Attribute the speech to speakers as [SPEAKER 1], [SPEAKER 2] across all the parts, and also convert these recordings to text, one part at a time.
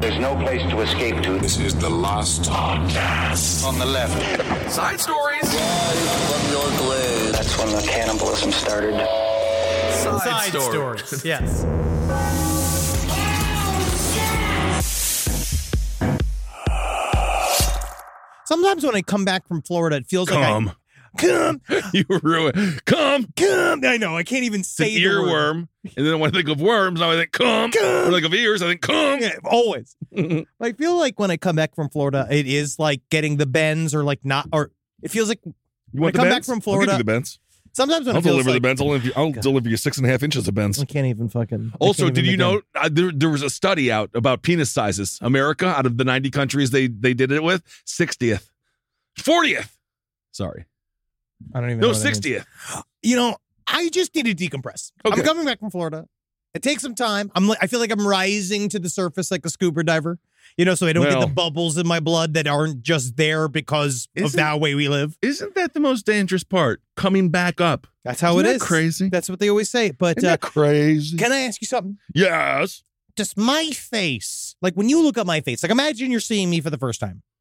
[SPEAKER 1] There's no place to escape to.
[SPEAKER 2] This is the last podcast.
[SPEAKER 1] On the left.
[SPEAKER 3] Side stories.
[SPEAKER 1] That's when the cannibalism started.
[SPEAKER 3] Side,
[SPEAKER 4] stories.
[SPEAKER 3] yes. Sometimes when I come back from Florida, it feels
[SPEAKER 4] Come.
[SPEAKER 3] like I come,
[SPEAKER 4] you ruin. Come.
[SPEAKER 3] come. I know I can't even
[SPEAKER 4] It's an
[SPEAKER 3] say the word.
[SPEAKER 4] earworm. And then when I think of worms, now I think come.
[SPEAKER 3] Come.
[SPEAKER 4] When I think of ears, I think come.
[SPEAKER 3] Yeah, always. I feel like when I come back from Florida, it is like getting the bends or like not, or it feels like
[SPEAKER 4] You
[SPEAKER 3] When I
[SPEAKER 4] want the
[SPEAKER 3] come back
[SPEAKER 4] bends?
[SPEAKER 3] from
[SPEAKER 4] I'll
[SPEAKER 3] Florida-
[SPEAKER 4] give you the bends.
[SPEAKER 3] sometimes when
[SPEAKER 4] I'll
[SPEAKER 3] it feels
[SPEAKER 4] deliver the
[SPEAKER 3] like
[SPEAKER 4] bends. I'll, deliver- I'll deliver you six and a half inches of bends.
[SPEAKER 3] I can't even fucking. I
[SPEAKER 4] Also,
[SPEAKER 3] can't
[SPEAKER 4] did
[SPEAKER 3] even
[SPEAKER 4] you
[SPEAKER 3] begin.
[SPEAKER 4] know uh, there, there was a study out about penis sizes? America, out of the 90 countries they, they did it with, 60th. 40th. Sorry.
[SPEAKER 3] I don't even.
[SPEAKER 4] No,
[SPEAKER 3] know what that means.
[SPEAKER 4] 60th.
[SPEAKER 3] you know, I just need to decompress.
[SPEAKER 4] Okay.
[SPEAKER 3] I'm coming back from Florida. It takes some time. I'm like, I feel like I'm rising to the surface like a scuba diver. You know, so I don't get
[SPEAKER 4] Well-
[SPEAKER 3] the bubbles in my blood that aren't just there because of
[SPEAKER 4] Isn't-
[SPEAKER 3] that way we live.
[SPEAKER 4] Isn't that the most dangerous part? Coming back up.
[SPEAKER 3] That's how
[SPEAKER 4] Isn't
[SPEAKER 3] it
[SPEAKER 4] that
[SPEAKER 3] is.
[SPEAKER 4] crazy?
[SPEAKER 3] That's what they always say. But
[SPEAKER 4] Isn't
[SPEAKER 3] uh,
[SPEAKER 4] that crazy?
[SPEAKER 3] can I ask you something?
[SPEAKER 4] yes.
[SPEAKER 3] Does my face, like when you look at my face, like imagine you're seeing me for the first time.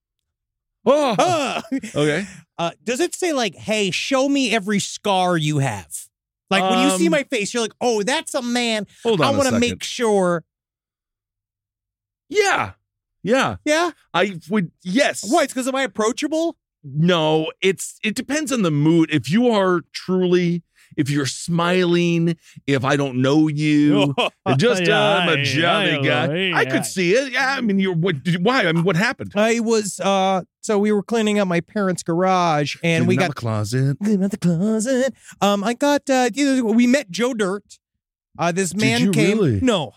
[SPEAKER 4] Oh.
[SPEAKER 3] Ah!
[SPEAKER 4] Okay.
[SPEAKER 3] Uh, does it say like, "Hey, show me every scar you have"? Like when you see
[SPEAKER 4] Um,
[SPEAKER 3] my face, you're like, "Oh, that's a man."
[SPEAKER 4] Hold on.
[SPEAKER 3] I
[SPEAKER 4] a
[SPEAKER 3] want to
[SPEAKER 4] second.
[SPEAKER 3] make sure.
[SPEAKER 4] Yeah. Yeah.
[SPEAKER 3] Yeah.
[SPEAKER 4] I would yes.
[SPEAKER 3] Why? It's because am I approachable?
[SPEAKER 4] No, it's it depends on the mood. If you are truly if you're smiling, if I don't know you,
[SPEAKER 3] Oh,
[SPEAKER 4] just uh, I'm a jolly guy. I could see it. Yeah, I mean, you're what? did you- Why? I mean, what happened?
[SPEAKER 3] I was uh, so we were cleaning out my parents' garage, and we
[SPEAKER 4] Cleaning out
[SPEAKER 3] got
[SPEAKER 4] the closet.
[SPEAKER 3] cleaning out the closet. Um, I got uh, you know, we met Joe Dirt. Uh, this man
[SPEAKER 4] you
[SPEAKER 3] came.
[SPEAKER 4] really?
[SPEAKER 3] No,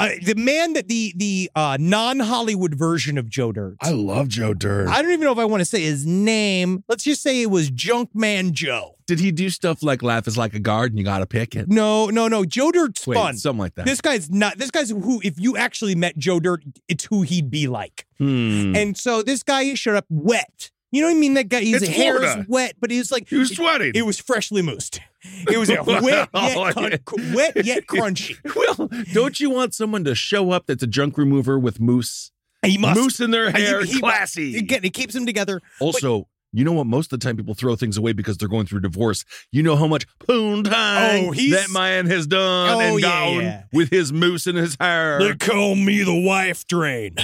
[SPEAKER 3] uh, the man that the the uh, non Hollywood version of Joe Dirt.
[SPEAKER 4] I love Joe Dirt.
[SPEAKER 3] I don't even know if I want to say his name. Let's just say it was Junkman Joe.
[SPEAKER 4] Did he do stuff like "Laugh is like a garden"? You got to pick it.
[SPEAKER 3] No, no, no. Joe Dirt's
[SPEAKER 4] Wait,
[SPEAKER 3] fun.
[SPEAKER 4] something like that.
[SPEAKER 3] This guy's not. This guy's who. If you actually met Joe Dirt, it's who he'd be like.
[SPEAKER 4] Hmm.
[SPEAKER 3] And so this guy showed up wet. You know what I mean? That guy, his
[SPEAKER 4] It's
[SPEAKER 3] hair
[SPEAKER 4] Florida.
[SPEAKER 3] is wet, but he was like,
[SPEAKER 4] he was sweating.
[SPEAKER 3] it was freshly moosed. It was a wet, yet, crun- cr- wet yet crunchy.
[SPEAKER 4] well, don't you want someone to show up that's a junk remover with moose?
[SPEAKER 3] He must.
[SPEAKER 4] Moose in their
[SPEAKER 3] he-
[SPEAKER 4] hair,
[SPEAKER 3] he-
[SPEAKER 4] classy.
[SPEAKER 3] Again, it keeps them together.
[SPEAKER 4] Also, you know what? Most of the time, people throw things away because they're going through divorce. You know how much poon time
[SPEAKER 3] Oh, he's-
[SPEAKER 4] that man has done
[SPEAKER 3] Oh,
[SPEAKER 4] and
[SPEAKER 3] yeah,
[SPEAKER 4] gone
[SPEAKER 3] yeah.
[SPEAKER 4] with his moose in his hair.
[SPEAKER 3] call me the wife drain.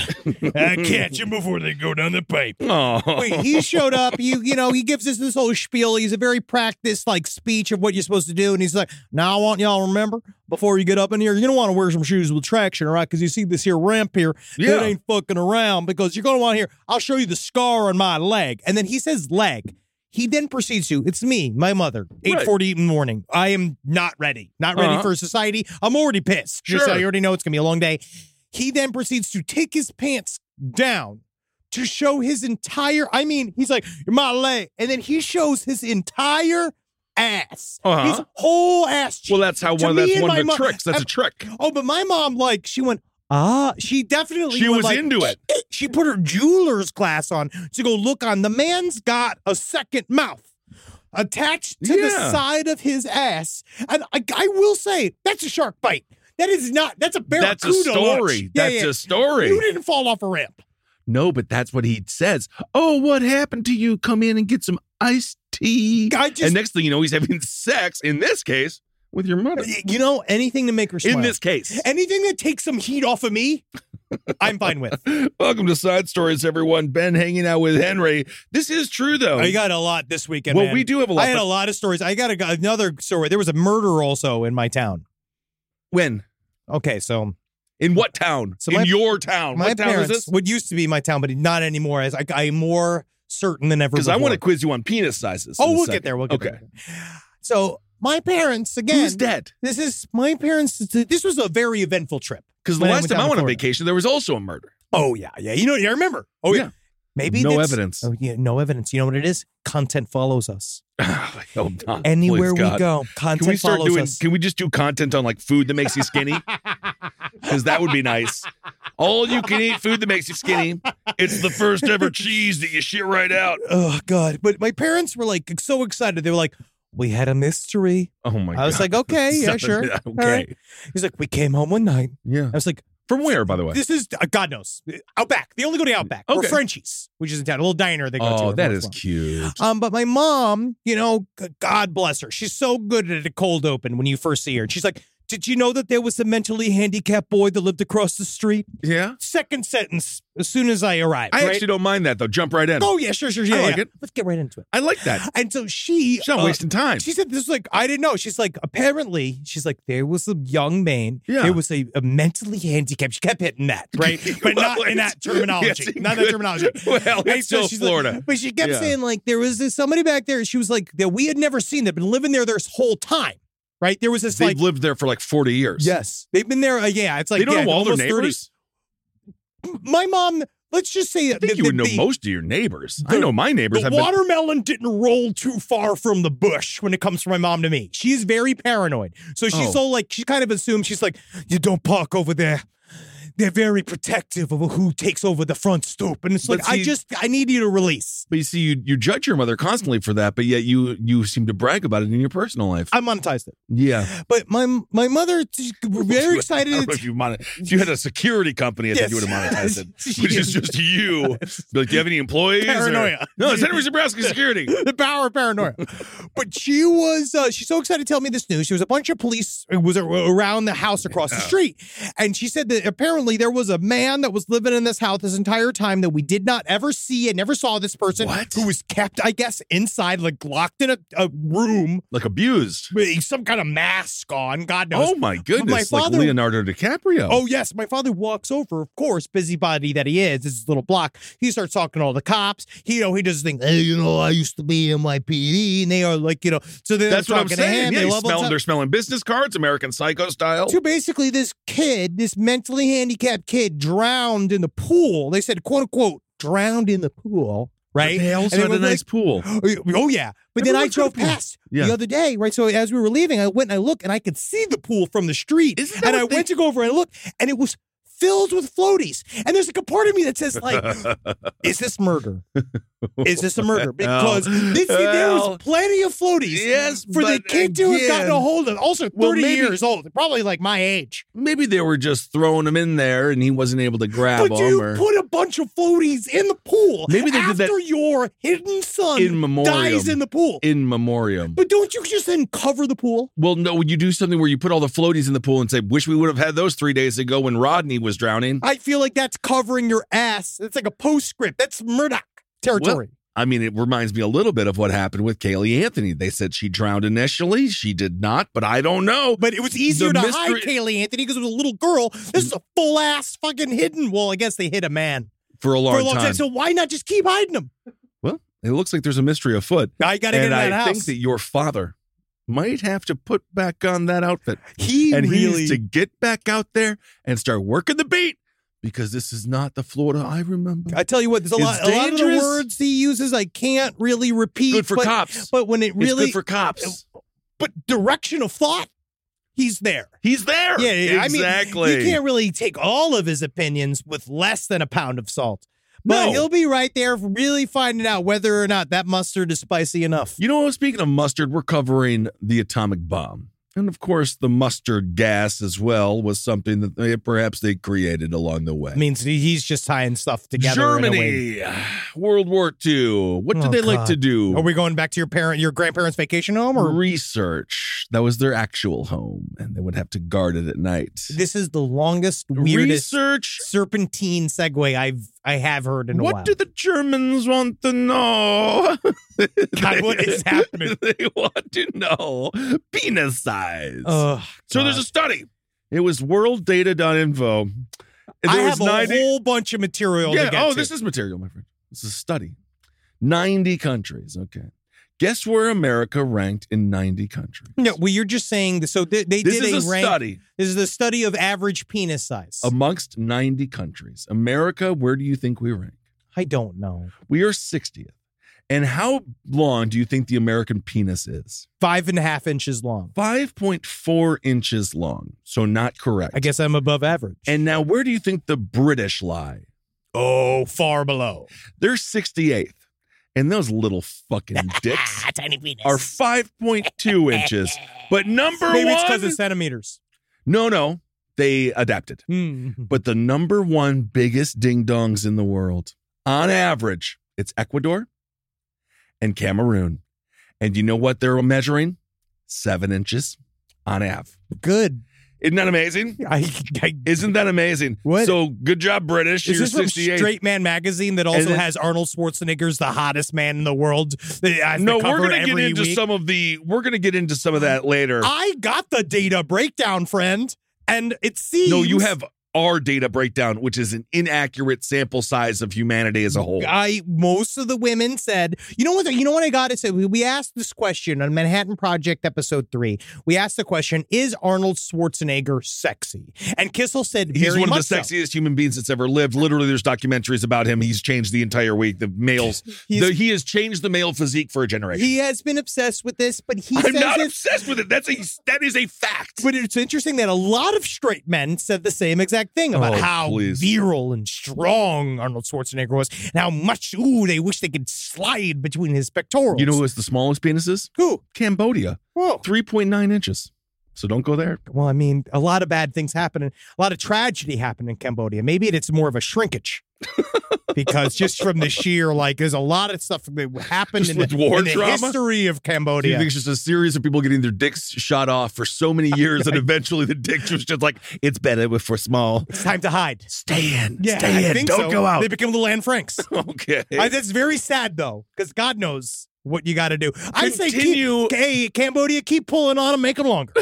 [SPEAKER 3] I catch them before they go down the pipe.
[SPEAKER 4] Oh,
[SPEAKER 3] Wait, he showed up. You you know, he gives us this whole spiel. He's a very practiced like speech of what you're supposed to do. And he's like, now I want y'all to remember before you get up in here, you're gonna want to wear some shoes with traction, all right? Because you see this here ramp here
[SPEAKER 4] Yeah.
[SPEAKER 3] that ain't fucking around because you're gonna want to hear, I'll show you the scar on my leg. And then he says leg. He then proceeds to, it's me, my mother, 8.40 in the morning. I am not ready. Not ready
[SPEAKER 4] Uh-huh.
[SPEAKER 3] for society. I'm already pissed. Just-
[SPEAKER 4] Sure.
[SPEAKER 3] I already know it's gonna be a long day. He then proceeds to take his pants down to show his entire. I mean, he's like, "You're my leg," and then he shows his entire ass,
[SPEAKER 4] Uh-huh.
[SPEAKER 3] his whole ass. cheek.
[SPEAKER 4] well, that's how
[SPEAKER 3] To
[SPEAKER 4] one.
[SPEAKER 3] me
[SPEAKER 4] That's
[SPEAKER 3] and
[SPEAKER 4] one of
[SPEAKER 3] my
[SPEAKER 4] the
[SPEAKER 3] mo-
[SPEAKER 4] tricks. That's a
[SPEAKER 3] I'm-
[SPEAKER 4] trick.
[SPEAKER 3] oh, but my mom, like, she went. Ah, she definitely
[SPEAKER 4] She
[SPEAKER 3] went,
[SPEAKER 4] was
[SPEAKER 3] like-
[SPEAKER 4] into it.
[SPEAKER 3] She put her jeweler's glass on to go look on. The man's got a second mouth attached to
[SPEAKER 4] Yeah.
[SPEAKER 3] the side of his ass, and I, I will say that's a shark bite. That is not. That's a barracuda.
[SPEAKER 4] That's a story.
[SPEAKER 3] lunch. Yeah,
[SPEAKER 4] that's
[SPEAKER 3] yeah.
[SPEAKER 4] a story.
[SPEAKER 3] You didn't fall off a ramp.
[SPEAKER 4] No, but that's what he says. Oh, what happened to you? Come in and get some iced tea.
[SPEAKER 3] I just-
[SPEAKER 4] and next thing you know, he's having sex. In this case, with your mother.
[SPEAKER 3] You know, anything to make her smile.
[SPEAKER 4] In this case,
[SPEAKER 3] anything that takes some heat off of me, I'm fine with.
[SPEAKER 4] Welcome to Side Stories, everyone. Ben hanging out with Henry. This is true, though.
[SPEAKER 3] I Oh, got a lot this weekend.
[SPEAKER 4] Oh. well,
[SPEAKER 3] man.
[SPEAKER 4] we do have a lot.
[SPEAKER 3] I had
[SPEAKER 4] but-
[SPEAKER 3] a lot of stories. I got a, another story. There was a murder also in my town.
[SPEAKER 4] when?
[SPEAKER 3] Okay, so
[SPEAKER 4] In what town?
[SPEAKER 3] So
[SPEAKER 4] in
[SPEAKER 3] my-
[SPEAKER 4] your town.
[SPEAKER 3] my
[SPEAKER 4] What town is
[SPEAKER 3] parents,
[SPEAKER 4] this?
[SPEAKER 3] what used to be my town, but not anymore. As I, I'm more certain than ever.
[SPEAKER 4] Because I
[SPEAKER 3] before.
[SPEAKER 4] want to quiz you on penis sizes.
[SPEAKER 3] Oh,
[SPEAKER 4] in a
[SPEAKER 3] we'll
[SPEAKER 4] second.
[SPEAKER 3] get there. We'll get
[SPEAKER 4] okay.
[SPEAKER 3] there. So my parents again.
[SPEAKER 4] Who's dead?
[SPEAKER 3] This is my parents. This was a very eventful trip.
[SPEAKER 4] Because the
[SPEAKER 3] When I
[SPEAKER 4] last
[SPEAKER 3] went
[SPEAKER 4] time
[SPEAKER 3] down
[SPEAKER 4] I
[SPEAKER 3] to
[SPEAKER 4] went on
[SPEAKER 3] Florida.
[SPEAKER 4] vacation, there was also a murder.
[SPEAKER 3] Oh yeah, yeah. You know, I remember. Oh yeah.
[SPEAKER 4] Yeah.
[SPEAKER 3] Maybe
[SPEAKER 4] no
[SPEAKER 3] that's-
[SPEAKER 4] evidence.
[SPEAKER 3] Oh, yeah, no evidence. You know what it is? Content follows us
[SPEAKER 4] Oh, God,
[SPEAKER 3] anywhere
[SPEAKER 4] please,
[SPEAKER 3] we
[SPEAKER 4] God.
[SPEAKER 3] go. Content
[SPEAKER 4] Can we start
[SPEAKER 3] follows
[SPEAKER 4] doing?
[SPEAKER 3] us.
[SPEAKER 4] Can we just do content on like food that makes you skinny? Because that would be nice. All you can eat food that makes you skinny. It's the first ever cheese that you shit right out.
[SPEAKER 3] oh god! But my parents were like so excited. They were like, "We had a mystery."
[SPEAKER 4] Oh my!
[SPEAKER 3] I was like, "Okay, yeah,
[SPEAKER 4] Stop it.
[SPEAKER 3] sure."
[SPEAKER 4] Okay.
[SPEAKER 3] All right. He's like, "We came home one night."
[SPEAKER 4] Yeah.
[SPEAKER 3] I was like,
[SPEAKER 4] From where, by the way?
[SPEAKER 3] "This is uh, God knows Outback. They only go to Outback or
[SPEAKER 4] Okay.
[SPEAKER 3] Frenchies, which is in town, a little diner they go to."
[SPEAKER 4] Oh,
[SPEAKER 3] every
[SPEAKER 4] that
[SPEAKER 3] once
[SPEAKER 4] is
[SPEAKER 3] in a while.
[SPEAKER 4] cute.
[SPEAKER 3] Um, but my mom, you know, g- God bless her, she's so good at a cold open when you first see her. And she's like, Did you know that there was a mentally handicapped boy that lived across the street?
[SPEAKER 4] Yeah.
[SPEAKER 3] Second sentence as soon as I arrived.
[SPEAKER 4] I
[SPEAKER 3] right?
[SPEAKER 4] actually don't mind that though. Jump right in.
[SPEAKER 3] Oh, yeah, sure, sure, yeah.
[SPEAKER 4] I like
[SPEAKER 3] yeah.
[SPEAKER 4] it.
[SPEAKER 3] Let's get right into it.
[SPEAKER 4] I like that.
[SPEAKER 3] And so she.
[SPEAKER 4] She's not
[SPEAKER 3] uh,
[SPEAKER 4] wasting time.
[SPEAKER 3] She said this was like, I didn't know. She's like, apparently, she's like, there was a young man.
[SPEAKER 4] Yeah.
[SPEAKER 3] There was a, a mentally handicapped. She kept hitting that, right? But
[SPEAKER 4] Well,
[SPEAKER 3] not in
[SPEAKER 4] it's-
[SPEAKER 3] that terminology.
[SPEAKER 4] yes, it
[SPEAKER 3] not that
[SPEAKER 4] could-
[SPEAKER 3] terminology.
[SPEAKER 4] Well,
[SPEAKER 3] And
[SPEAKER 4] it's
[SPEAKER 3] so
[SPEAKER 4] still
[SPEAKER 3] she's like-
[SPEAKER 4] Florida.
[SPEAKER 3] but she kept
[SPEAKER 4] Yeah.
[SPEAKER 3] saying, like, there was this somebody back there. She was like, that we had never seen. They've been living there this whole time, right? There was this,
[SPEAKER 4] They've
[SPEAKER 3] like,
[SPEAKER 4] lived there for like 40 years.
[SPEAKER 3] yes. They've been there. Uh, yeah. It's like,
[SPEAKER 4] they don't
[SPEAKER 3] yeah,
[SPEAKER 4] know all their
[SPEAKER 3] almost 30.
[SPEAKER 4] neighbors.
[SPEAKER 3] My mom, let's just say
[SPEAKER 4] I think you would know most of your neighbors. I
[SPEAKER 3] the-
[SPEAKER 4] know my neighbors.
[SPEAKER 3] The
[SPEAKER 4] have been,
[SPEAKER 3] watermelon didn't roll too far from the bush when it comes from my mom to me. She's very paranoid. So she's
[SPEAKER 4] Oh.
[SPEAKER 3] so like, she kind of assumes, she's like, you don't park over there. They're very protective of who takes over the front stoop. And it's
[SPEAKER 4] But
[SPEAKER 3] like, I
[SPEAKER 4] see-
[SPEAKER 3] just, I need you to release.
[SPEAKER 4] but you see, you you judge your mother constantly for that, but yet you you seem to brag about it in your personal life.
[SPEAKER 3] I monetized it.
[SPEAKER 4] yeah,
[SPEAKER 3] But my my mother, she's very excited.
[SPEAKER 4] I don't know if you monet- if you had a security company, I think you would have monetized it, which is just you. Be Like, do you have any employees? or-
[SPEAKER 3] Paranoia.
[SPEAKER 4] no, it's Henry Zabrowski Security.
[SPEAKER 3] the power of paranoia. but she was uh, she's so excited to tell me this news. She was a bunch of police it was a- around the house across the street, and she said that apparently there was a man that was living in this house this entire time that we did not ever see and never saw this person
[SPEAKER 4] What?
[SPEAKER 3] who was kept, I guess, inside like locked in a, a room
[SPEAKER 4] Like abused.
[SPEAKER 3] with some kind of mask on. God knows.
[SPEAKER 4] Oh my goodness!
[SPEAKER 3] father-
[SPEAKER 4] like Leonardo DiCaprio.
[SPEAKER 3] Oh yes, my father walks over, of course, busybody that he is. This is little block. He starts talking to all the cops. He, you know, he does think, hey, you know, I used to be in my PD, and they are like, you know, so they're
[SPEAKER 4] that's what I'm
[SPEAKER 3] talking to
[SPEAKER 4] saying.
[SPEAKER 3] him.
[SPEAKER 4] Yeah,
[SPEAKER 3] they
[SPEAKER 4] you
[SPEAKER 3] love
[SPEAKER 4] smell-
[SPEAKER 3] him.
[SPEAKER 4] they're smelling business cards, American Psycho style.
[SPEAKER 3] So basically, this kid, this mentally handicapped kid, drowned in the pool. They said, quote unquote, drowned in the pool, right?
[SPEAKER 4] They also
[SPEAKER 3] And
[SPEAKER 4] had a
[SPEAKER 3] was like,
[SPEAKER 4] nice pool.
[SPEAKER 3] Oh yeah, but then I
[SPEAKER 4] Everyone's got a
[SPEAKER 3] drove
[SPEAKER 4] pool.
[SPEAKER 3] past
[SPEAKER 4] Yeah.
[SPEAKER 3] the other day, right? So as we were leaving, I went and I looked, and I could see the pool from the street.
[SPEAKER 4] Isn't that
[SPEAKER 3] and I
[SPEAKER 4] what they-
[SPEAKER 3] went to go over and look, and it was filled with floaties. And there's like a part of me that says, like, is this murder? Is this a murder? Because this, there
[SPEAKER 4] Well,
[SPEAKER 3] was plenty of floaties
[SPEAKER 4] yes,
[SPEAKER 3] for the
[SPEAKER 4] but
[SPEAKER 3] kid to have gotten a
[SPEAKER 4] again-
[SPEAKER 3] hold of. Also, 30
[SPEAKER 4] Well, maybe-
[SPEAKER 3] years old, probably like my age.
[SPEAKER 4] Maybe they were just throwing him in there and he wasn't able to grab
[SPEAKER 3] But
[SPEAKER 4] him
[SPEAKER 3] you
[SPEAKER 4] or
[SPEAKER 3] put a bunch of floaties in the pool
[SPEAKER 4] Maybe they did that-
[SPEAKER 3] after your hidden son
[SPEAKER 4] In memoriam.
[SPEAKER 3] dies in the pool.
[SPEAKER 4] in memoriam.
[SPEAKER 3] But don't you just then cover the pool?
[SPEAKER 4] well, no, you do something where you put all the floaties in the pool and say, "Wish we would have had those three days ago when Rodney was drowning."
[SPEAKER 3] I feel like that's covering your ass. That's like a postscript. That's Murdoch territory.
[SPEAKER 4] I mean, it reminds me a little bit of what happened with Kaylee Anthony. They said she drowned initially; she did not, but I don't know.
[SPEAKER 3] but it was easier to
[SPEAKER 4] the
[SPEAKER 3] hide
[SPEAKER 4] mystery-
[SPEAKER 3] Kaylee Anthony because it was a little girl. This is a full ass fucking hidden. Well, I guess they hit a man
[SPEAKER 4] For a long,
[SPEAKER 3] for a long time.
[SPEAKER 4] time,
[SPEAKER 3] So why not just keep hiding him?
[SPEAKER 4] well, it looks like there's a mystery afoot,
[SPEAKER 3] I gotta
[SPEAKER 4] and
[SPEAKER 3] get in that
[SPEAKER 4] I
[SPEAKER 3] house.
[SPEAKER 4] think that your father might have to put back on that outfit.
[SPEAKER 3] he
[SPEAKER 4] and he
[SPEAKER 3] really
[SPEAKER 4] needs to get back out there and start working the beat because this is not the Florida I remember.
[SPEAKER 3] I tell you what, there's a
[SPEAKER 4] It's
[SPEAKER 3] lot, a lot of the
[SPEAKER 4] dangerous.
[SPEAKER 3] words he uses I can't really repeat.
[SPEAKER 4] Good for
[SPEAKER 3] but,
[SPEAKER 4] cops.
[SPEAKER 3] But when it really, uh,
[SPEAKER 4] it's good for cops.
[SPEAKER 3] but direction of thought, he's there.
[SPEAKER 4] He's there.
[SPEAKER 3] Yeah, yeah,
[SPEAKER 4] exactly.
[SPEAKER 3] I mean, you can't really take all of his opinions with less than a pound of salt. But
[SPEAKER 4] No.
[SPEAKER 3] he'll be right there, really finding out whether or not that mustard is spicy enough.
[SPEAKER 4] You know, speaking of mustard, we're covering the atomic bomb. And of course, the mustard gas as well was something that they, perhaps they created along the way.
[SPEAKER 3] It means he- he's just tying stuff together. in a way.
[SPEAKER 4] Germany, World War II. What did
[SPEAKER 3] Oh,
[SPEAKER 4] they like
[SPEAKER 3] God.
[SPEAKER 4] to do?
[SPEAKER 3] Are we going back to your parent, your grandparents' vacation home, or
[SPEAKER 4] research. That was their actual home, and they would have to guard it at night.
[SPEAKER 3] this is the longest, weirdest
[SPEAKER 4] Research.
[SPEAKER 3] serpentine segue I've I have heard in a
[SPEAKER 4] What
[SPEAKER 3] while.
[SPEAKER 4] do the Germans want to know?
[SPEAKER 3] God, what is happening?
[SPEAKER 4] They want to know penis size.
[SPEAKER 3] Ugh,
[SPEAKER 4] so there's a
[SPEAKER 3] Oh, God.
[SPEAKER 4] study. It was worlddata.info. And
[SPEAKER 3] I
[SPEAKER 4] there was
[SPEAKER 3] have a
[SPEAKER 4] 90
[SPEAKER 3] whole bunch of material.
[SPEAKER 4] Yeah.
[SPEAKER 3] to get
[SPEAKER 4] oh,
[SPEAKER 3] to.
[SPEAKER 4] this is material, my friend. This is a study. 90 countries. Okay. Guess where America ranked in 90 countries?
[SPEAKER 3] no. Well, you're just saying. This, so they, they
[SPEAKER 4] This
[SPEAKER 3] did
[SPEAKER 4] is a
[SPEAKER 3] rank.
[SPEAKER 4] study
[SPEAKER 3] This is the study of average penis size.
[SPEAKER 4] amongst 90 countries. America, where do you think we rank?
[SPEAKER 3] I don't know.
[SPEAKER 4] We are 60th. And how long do you think the American penis is?
[SPEAKER 3] Five and a half inches long.
[SPEAKER 4] 5.4 inches long. So not correct.
[SPEAKER 3] I guess I'm above average.
[SPEAKER 4] And now, where do you think the British lie?
[SPEAKER 3] oh, far below.
[SPEAKER 4] They're 68th. And those little fucking dicks
[SPEAKER 3] tiny penis.
[SPEAKER 4] are 5.2 inches. But number
[SPEAKER 3] Maybe it's
[SPEAKER 4] one.
[SPEAKER 3] because of centimeters.
[SPEAKER 4] no, no. They adapted.
[SPEAKER 3] Hmm.
[SPEAKER 4] But the number one biggest ding dongs in the world, on average, it's Ecuador and Cameroon. And you know what they're measuring? Seven inches on av.
[SPEAKER 3] Good.
[SPEAKER 4] Isn't that amazing?
[SPEAKER 3] I, I,
[SPEAKER 4] Isn't that amazing?
[SPEAKER 3] What?
[SPEAKER 4] So good job, British.
[SPEAKER 3] Is
[SPEAKER 4] You're
[SPEAKER 3] this from
[SPEAKER 4] 68.
[SPEAKER 3] Straight Man magazine that also
[SPEAKER 4] then-
[SPEAKER 3] has Arnold Schwarzenegger's the hottest man in the world?
[SPEAKER 4] no, we're
[SPEAKER 3] going to
[SPEAKER 4] gonna get into some of the. We're gonna get into some of that later.
[SPEAKER 3] I got the data breakdown, friend, and it seems.
[SPEAKER 4] no, you have our data breakdown, which is an inaccurate sample size of humanity as a whole.
[SPEAKER 3] I most of the women said, you know what? You know what I got to say. We, we asked this question on Manhattan Project episode three. We asked the question: Is Arnold Schwarzenegger sexy? And Kissel said,
[SPEAKER 4] He's
[SPEAKER 3] very
[SPEAKER 4] one of
[SPEAKER 3] much
[SPEAKER 4] the
[SPEAKER 3] so.
[SPEAKER 4] sexiest human beings that's ever lived. Literally, there's documentaries about him. He's changed the entire week. The males,
[SPEAKER 3] He's-
[SPEAKER 4] the, he has changed the male physique for a generation.
[SPEAKER 3] He has been obsessed with this, but he
[SPEAKER 4] I'm
[SPEAKER 3] says
[SPEAKER 4] not
[SPEAKER 3] it's
[SPEAKER 4] obsessed with it. That's a that is a fact.
[SPEAKER 3] But it's interesting that a lot of straight men said the same exact thing about
[SPEAKER 4] Oh,
[SPEAKER 3] how
[SPEAKER 4] please.
[SPEAKER 3] virile and strong Arnold Schwarzenegger was, and how much ooh they wish they could slide between his pectorals.
[SPEAKER 4] you know who has the smallest penis is?
[SPEAKER 3] who?
[SPEAKER 4] Cambodia,
[SPEAKER 3] Whoa.
[SPEAKER 4] 3.9 inches. So don't go there.
[SPEAKER 3] Well, I mean, a lot of bad things happen, and a lot of tragedy happened in Cambodia. Maybe it's more of a shrinkage. because just from the sheer, like, there's a lot of stuff that happened
[SPEAKER 4] Just
[SPEAKER 3] in
[SPEAKER 4] with
[SPEAKER 3] the,
[SPEAKER 4] war
[SPEAKER 3] in the
[SPEAKER 4] drama?
[SPEAKER 3] history of
[SPEAKER 4] Do you
[SPEAKER 3] Cambodia.
[SPEAKER 4] think it's just a series of people getting their dicks shot off for so many years, and eventually the dick was just like, it's better if we're small.
[SPEAKER 3] It's time to hide.
[SPEAKER 4] Stay in.
[SPEAKER 3] Yeah,
[SPEAKER 4] Stay
[SPEAKER 3] I
[SPEAKER 4] in.
[SPEAKER 3] think
[SPEAKER 4] don't
[SPEAKER 3] so.
[SPEAKER 4] go out.
[SPEAKER 3] They become the Land Franks.
[SPEAKER 4] okay.
[SPEAKER 3] I, that's very sad though, because God knows what you got to do. I say,
[SPEAKER 4] Continue-
[SPEAKER 3] keep, hey, Cambodia, keep pulling on them, make them longer.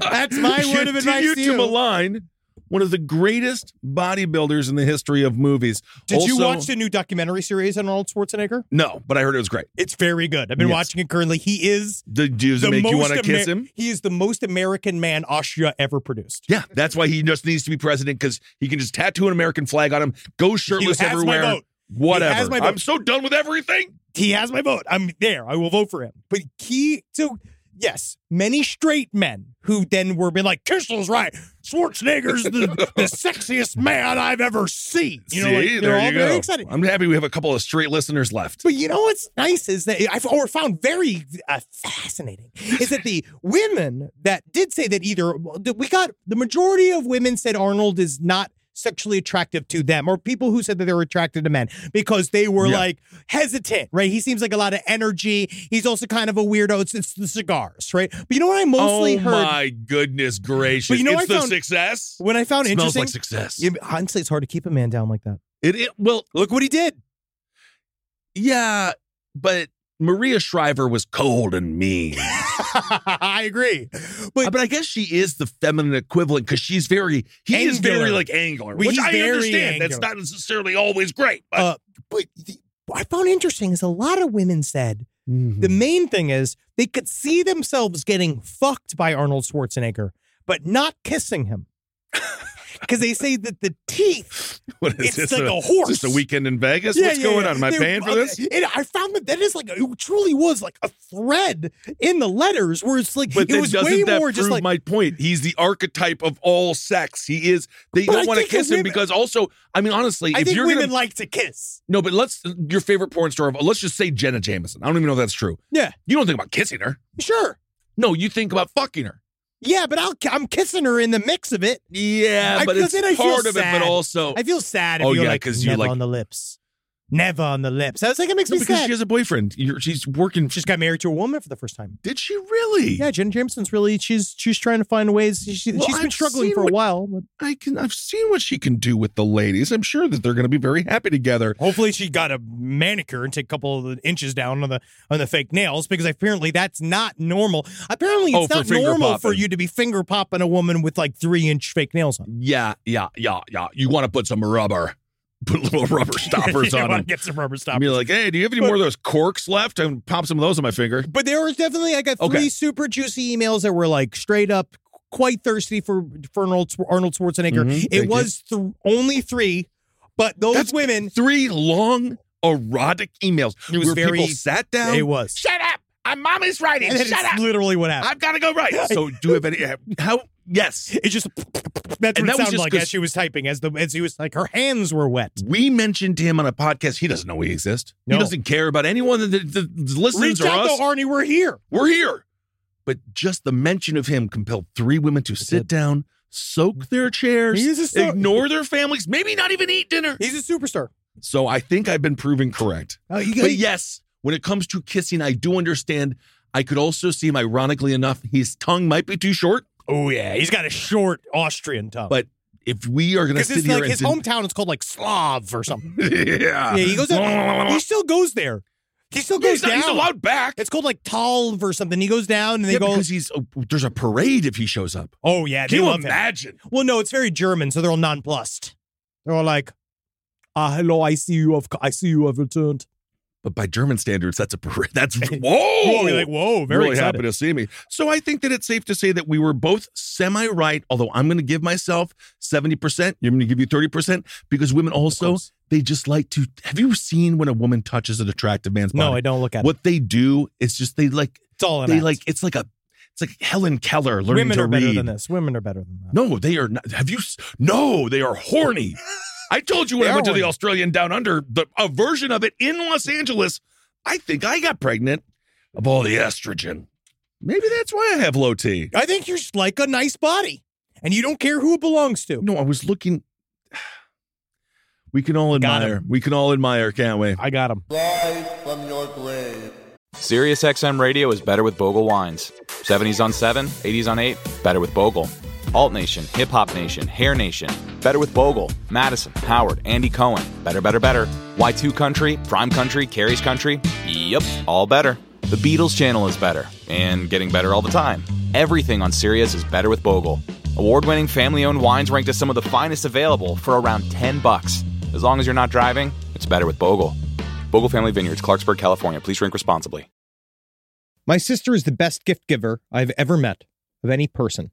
[SPEAKER 3] that's my word of
[SPEAKER 4] Continue
[SPEAKER 3] advice to you.
[SPEAKER 4] to malign one of the greatest bodybuilders in the history of movies.
[SPEAKER 3] Did you
[SPEAKER 4] Also-
[SPEAKER 3] watch the new documentary series on Arnold Schwarzenegger?
[SPEAKER 4] No, but I heard it was great.
[SPEAKER 3] It's very good. I've been
[SPEAKER 4] Yes.
[SPEAKER 3] watching it currently. He is
[SPEAKER 4] The Jews
[SPEAKER 3] the
[SPEAKER 4] make
[SPEAKER 3] most
[SPEAKER 4] you want to
[SPEAKER 3] Amer-
[SPEAKER 4] kiss him.
[SPEAKER 3] He is the most American man Austria ever produced.
[SPEAKER 4] Yeah, that's why he just needs to be president because he can just tattoo an American flag on him, go shirtless
[SPEAKER 3] has my
[SPEAKER 4] everywhere.
[SPEAKER 3] vote.
[SPEAKER 4] Whatever.
[SPEAKER 3] He has my
[SPEAKER 4] I'm
[SPEAKER 3] vote.
[SPEAKER 4] so done with everything.
[SPEAKER 3] He has my vote. I'm there. I will vote for him. But he so yes, many straight men who then were been like, Kissel's right. Schwarzenegger's the, the sexiest man I've ever seen. You know,
[SPEAKER 4] See,
[SPEAKER 3] like,
[SPEAKER 4] there
[SPEAKER 3] they're all
[SPEAKER 4] you
[SPEAKER 3] very
[SPEAKER 4] go.
[SPEAKER 3] excited.
[SPEAKER 4] I'm happy we have a couple of straight listeners left.
[SPEAKER 3] But you know what's nice is that I've or found very uh, fascinating is that the women that did say that either we got the majority of women said Arnold is not sexually attractive to them or people who said that they were attracted to men because they were
[SPEAKER 4] Yeah.
[SPEAKER 3] like hesitant right he seems like a lot of energy he's also kind of a weirdo it's, it's the cigars right but you know what i mostly
[SPEAKER 4] oh
[SPEAKER 3] heard
[SPEAKER 4] my goodness gracious!
[SPEAKER 3] But you know
[SPEAKER 4] it's
[SPEAKER 3] I
[SPEAKER 4] the
[SPEAKER 3] found-
[SPEAKER 4] success.
[SPEAKER 3] when i found
[SPEAKER 4] smells
[SPEAKER 3] interesting
[SPEAKER 4] like success.
[SPEAKER 3] Yeah, honestly it's hard to keep a man down like that
[SPEAKER 4] It, it well,
[SPEAKER 3] look what he did
[SPEAKER 4] yeah, but Maria Shriver was cold and mean.
[SPEAKER 3] i agree but
[SPEAKER 4] but I guess she is the feminine equivalent because she's very he is very
[SPEAKER 3] Angular.
[SPEAKER 4] like angular,
[SPEAKER 3] Well,
[SPEAKER 4] which
[SPEAKER 3] he's
[SPEAKER 4] I
[SPEAKER 3] very
[SPEAKER 4] understand. That's
[SPEAKER 3] angular.
[SPEAKER 4] not necessarily always great, but
[SPEAKER 3] Uh, but the, what I found interesting is a lot of women said the
[SPEAKER 4] Mm-hmm.
[SPEAKER 3] main thing is they could see themselves getting fucked by Arnold Schwarzenegger, but not kissing him. Because they say that the teeth.
[SPEAKER 4] what
[SPEAKER 3] it's like a horse.
[SPEAKER 4] Is this a weekend in Vegas?
[SPEAKER 3] Yeah,
[SPEAKER 4] What's
[SPEAKER 3] yeah,
[SPEAKER 4] going
[SPEAKER 3] yeah.
[SPEAKER 4] on? Am I
[SPEAKER 3] They-
[SPEAKER 4] paying for
[SPEAKER 3] uh,
[SPEAKER 4] this?
[SPEAKER 3] It, I found that that is like it truly was like a thread in the letters where it's like
[SPEAKER 4] But
[SPEAKER 3] it
[SPEAKER 4] then
[SPEAKER 3] was
[SPEAKER 4] doesn't
[SPEAKER 3] way
[SPEAKER 4] that
[SPEAKER 3] more
[SPEAKER 4] prove
[SPEAKER 3] just like
[SPEAKER 4] my point? He's the archetype of all sex. He is. They
[SPEAKER 3] But I
[SPEAKER 4] don't want to
[SPEAKER 3] think that
[SPEAKER 4] kiss him
[SPEAKER 3] women-
[SPEAKER 4] because also, I mean, honestly,
[SPEAKER 3] I
[SPEAKER 4] if
[SPEAKER 3] think
[SPEAKER 4] you're
[SPEAKER 3] women
[SPEAKER 4] gonna,
[SPEAKER 3] like to kiss.
[SPEAKER 4] no, but let's your favorite porn star of let's just say Jenna Jameson. I don't even know if that's true.
[SPEAKER 3] Yeah,
[SPEAKER 4] You don't think about kissing her.
[SPEAKER 3] sure.
[SPEAKER 4] No, you think about fucking her.
[SPEAKER 3] Yeah, but I'll, I'm kissing her in the mix of it.
[SPEAKER 4] Yeah,
[SPEAKER 3] I-
[SPEAKER 4] but
[SPEAKER 3] 'cause
[SPEAKER 4] it's
[SPEAKER 3] then I feel
[SPEAKER 4] part of it,
[SPEAKER 3] sad.
[SPEAKER 4] but also
[SPEAKER 3] I feel sad if
[SPEAKER 4] Oh,
[SPEAKER 3] you're
[SPEAKER 4] yeah,
[SPEAKER 3] like,
[SPEAKER 4] 'cause you
[SPEAKER 3] never
[SPEAKER 4] like-
[SPEAKER 3] on the lips. Never on the lips. I was like, it makes
[SPEAKER 4] No,
[SPEAKER 3] me
[SPEAKER 4] because
[SPEAKER 3] sad.
[SPEAKER 4] she has a boyfriend. You're, she's working.
[SPEAKER 3] She's got married to a woman for the first time.
[SPEAKER 4] Did she really?
[SPEAKER 3] Yeah, Jen Jameson's really she's she's trying to find ways. She, she,
[SPEAKER 4] Well,
[SPEAKER 3] she's been
[SPEAKER 4] I've
[SPEAKER 3] struggling
[SPEAKER 4] seen
[SPEAKER 3] for a
[SPEAKER 4] what-
[SPEAKER 3] while, but
[SPEAKER 4] I can. I've seen what she can do with the ladies. I'm sure that they're going to be very happy together.
[SPEAKER 3] hopefully she got a manicure and take a couple of the inches down on the on the fake nails because apparently that's not normal. Apparently
[SPEAKER 4] Oh,
[SPEAKER 3] it's
[SPEAKER 4] for
[SPEAKER 3] not
[SPEAKER 4] finger
[SPEAKER 3] normal for
[SPEAKER 4] popping.
[SPEAKER 3] you to be finger popping a woman with like three inch fake nails on.
[SPEAKER 4] Yeah, yeah, yeah, yeah. You want to put some rubber, put little rubber stoppers
[SPEAKER 3] You
[SPEAKER 4] on
[SPEAKER 3] wanna
[SPEAKER 4] them.
[SPEAKER 3] Get some rubber
[SPEAKER 4] And be
[SPEAKER 3] stoppers.
[SPEAKER 4] like, hey, do you have any more of those corks left? And pop some of those on my finger.
[SPEAKER 3] But there was definitely I got three
[SPEAKER 4] Okay.
[SPEAKER 3] super juicy emails that were like straight up quite thirsty for for Arnold, Schwar- Arnold Schwarzenegger.
[SPEAKER 4] Mhm, thank
[SPEAKER 3] it
[SPEAKER 4] you.
[SPEAKER 3] was th- only three, but those
[SPEAKER 4] That's-
[SPEAKER 3] women.
[SPEAKER 4] Three long erotic emails
[SPEAKER 3] It was
[SPEAKER 4] where
[SPEAKER 3] very-
[SPEAKER 4] people sat down.
[SPEAKER 3] It was.
[SPEAKER 4] Shut up! I'm mommy's writing.
[SPEAKER 3] And then
[SPEAKER 4] Shut
[SPEAKER 3] it's
[SPEAKER 4] up!
[SPEAKER 3] literally what happened.
[SPEAKER 4] I've got to go right. So do you have any? How? Yes.
[SPEAKER 3] It just that's what
[SPEAKER 4] And that was
[SPEAKER 3] it sounded
[SPEAKER 4] just
[SPEAKER 3] like
[SPEAKER 4] 'cause-
[SPEAKER 3] as she was typing, as the as he was like her hands were wet.
[SPEAKER 4] We mentioned him on a podcast. He doesn't know we exist.
[SPEAKER 3] No.
[SPEAKER 4] He doesn't care about anyone that, that, that listens
[SPEAKER 3] Reach
[SPEAKER 4] or
[SPEAKER 3] out
[SPEAKER 4] us.
[SPEAKER 3] to Arnie, we're here.
[SPEAKER 4] We're here. But just the mention of him compelled three women to sit
[SPEAKER 3] did.
[SPEAKER 4] down, soak their chairs,
[SPEAKER 3] He's a so-
[SPEAKER 4] ignore their families, maybe not even eat dinner.
[SPEAKER 3] He's a superstar.
[SPEAKER 4] So I think I've been proven correct.
[SPEAKER 3] Oh, you
[SPEAKER 4] But yes, when it comes to kissing, I do understand. I could also see him, ironically enough, his tongue might be too short.
[SPEAKER 3] oh yeah, he's got a short Austrian tongue.
[SPEAKER 4] But If we are going to
[SPEAKER 3] because
[SPEAKER 4] sit
[SPEAKER 3] it's
[SPEAKER 4] here
[SPEAKER 3] like
[SPEAKER 4] and
[SPEAKER 3] his hometown is called like Slav or something.
[SPEAKER 4] yeah.
[SPEAKER 3] yeah, he goes. He still goes there. He still goes
[SPEAKER 4] he's, not-
[SPEAKER 3] down.
[SPEAKER 4] he's allowed back.
[SPEAKER 3] It's called like Talv or something. He goes down and they
[SPEAKER 4] yeah,
[SPEAKER 3] go.
[SPEAKER 4] because he's oh, there's a parade if he shows up.
[SPEAKER 3] oh yeah, they
[SPEAKER 4] Can you
[SPEAKER 3] love him.
[SPEAKER 4] imagine?
[SPEAKER 3] Well, no, it's very German, so they're all nonplussed. They're all like, "Ah, hello, I see you have, I see you have returned."
[SPEAKER 4] But by German standards, that's a parade. That's whoa,
[SPEAKER 3] Whoa, you're like, whoa, very
[SPEAKER 4] really
[SPEAKER 3] excited.
[SPEAKER 4] happy to see me. So I think that it's safe to say that we were both semi right. Although I'm going to give myself seventy percent. You're going to give you thirty percent because women also
[SPEAKER 3] course.
[SPEAKER 4] they just like to. Have you seen when a woman touches an attractive man's body?
[SPEAKER 3] No, I don't look at it.
[SPEAKER 4] What they do is just they like
[SPEAKER 3] It's all an
[SPEAKER 4] they
[SPEAKER 3] act.
[SPEAKER 4] like it's like a it's like Helen Keller learning
[SPEAKER 3] Women
[SPEAKER 4] to
[SPEAKER 3] are
[SPEAKER 4] read.
[SPEAKER 3] better than this. Women are better than that.
[SPEAKER 4] No, they are not. Have you? s- No, they are horny. I told you when
[SPEAKER 3] They
[SPEAKER 4] I
[SPEAKER 3] are
[SPEAKER 4] went to the
[SPEAKER 3] horny.
[SPEAKER 4] Australian Down Under, the, a version of it in Los Angeles. I think I got pregnant of all the estrogen. Maybe that's why I have low T.
[SPEAKER 3] I think you're just like a nice body, and you don't care who it belongs to.
[SPEAKER 4] No, I was looking. We can all
[SPEAKER 3] Got
[SPEAKER 4] admire. We can all admire, can't we?
[SPEAKER 3] I got him.
[SPEAKER 1] Live from your grave.
[SPEAKER 5] SiriusXM radio is better with Bogle wines. 70s on 7, 80s on 8, better with Bogle. Alt Nation, Hip Hop Nation, Hair Nation, better with Bogle. Madison, Howard, Andy Cohen, better, better, better. Y2 Country, Prime Country, Carrie's Country, yep, all better. The Beatles channel is better, and getting better all the time. Everything on Sirius is better with Bogle. Award winning family owned wines ranked as some of the finest available for around 10 bucks. As long as you're not driving, it's better with Bogle. Bogle Family Vineyards, Clarksburg, California. Please drink responsibly.
[SPEAKER 3] My sister is the best gift giver I've ever met of any person.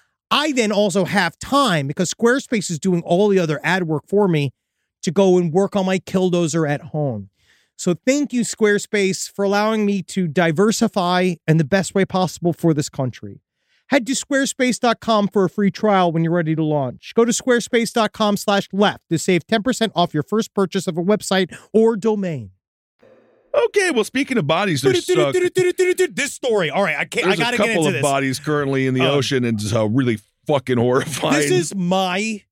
[SPEAKER 3] I then also have time because Squarespace is doing all the other ad work for me to go and work on my killdozer at home. So thank you, Squarespace, for allowing me to diversify in the best way possible for this country. Head to squarespace.com for a free trial when you're ready to launch. Go to squarespace.com slash left to save 10% off your first purchase of a website or domain.
[SPEAKER 4] Okay, well, speaking of bodies, there's uh,
[SPEAKER 3] This story. All right, I can't. I
[SPEAKER 4] there's
[SPEAKER 3] gotta
[SPEAKER 4] a
[SPEAKER 3] get
[SPEAKER 4] couple
[SPEAKER 3] into
[SPEAKER 4] of
[SPEAKER 3] this.
[SPEAKER 4] bodies currently in the
[SPEAKER 3] Um,
[SPEAKER 4] ocean, and it's uh, really fucking horrifying.
[SPEAKER 3] This is my.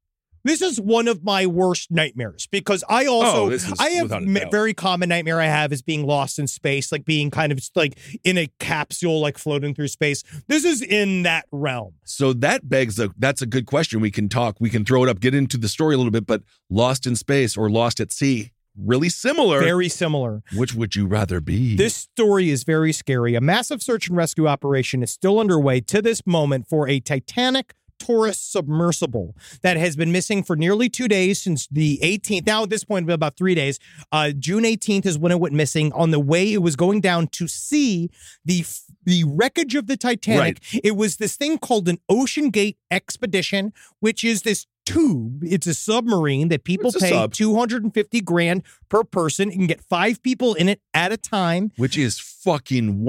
[SPEAKER 3] This is one of my worst nightmares because I also
[SPEAKER 4] Oh, this is
[SPEAKER 3] I have
[SPEAKER 4] without a
[SPEAKER 3] a
[SPEAKER 4] doubt.
[SPEAKER 3] very common nightmare I have is being lost in space, like being kind of like in a capsule, like floating through space. This is in that realm.
[SPEAKER 4] so that begs the. That's a good question. We can talk. We can throw it up. Get into the story a little bit, but lost in space or lost at sea, really similar.
[SPEAKER 3] Very similar.
[SPEAKER 4] Which would you rather be?
[SPEAKER 3] This story is very scary. A massive search and rescue operation is still underway to this moment for a Titanic Taurus submersible that has been missing for nearly two days since the 18th. Now, at this point, about three days. Uh, June 18th is when it went missing. On the way, it was going down to sea the the wreckage of the Titanic. It was this thing called an Ocean Gate expedition, which is this tube. It's a submarine that people
[SPEAKER 4] It's a
[SPEAKER 3] pay
[SPEAKER 4] sub.
[SPEAKER 3] 250 grand per person. You can get five people in it at a time.
[SPEAKER 4] which is fucking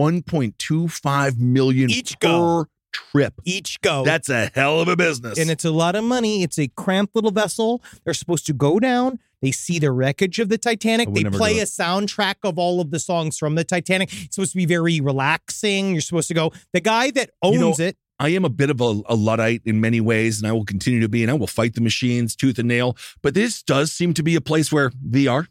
[SPEAKER 4] 1.25 million
[SPEAKER 3] Each
[SPEAKER 4] per
[SPEAKER 3] go.
[SPEAKER 4] trip.
[SPEAKER 3] Each go.
[SPEAKER 4] That's a hell of a business.
[SPEAKER 3] and it's a lot of money. It's a cramped little vessel. They're supposed to go down. They see the wreckage of the
[SPEAKER 4] I
[SPEAKER 3] Titanic.
[SPEAKER 4] would
[SPEAKER 3] They
[SPEAKER 4] never
[SPEAKER 3] play
[SPEAKER 4] do
[SPEAKER 3] a
[SPEAKER 4] it.
[SPEAKER 3] soundtrack of all of the songs from the Titanic. It's supposed to be very relaxing. You're supposed to go. The guy that owns
[SPEAKER 4] You know,
[SPEAKER 3] it.
[SPEAKER 4] I am a bit of a, a luddite in many ways, and I will continue to be, and I will fight the machines tooth and nail. But this does seem to be a place where VR.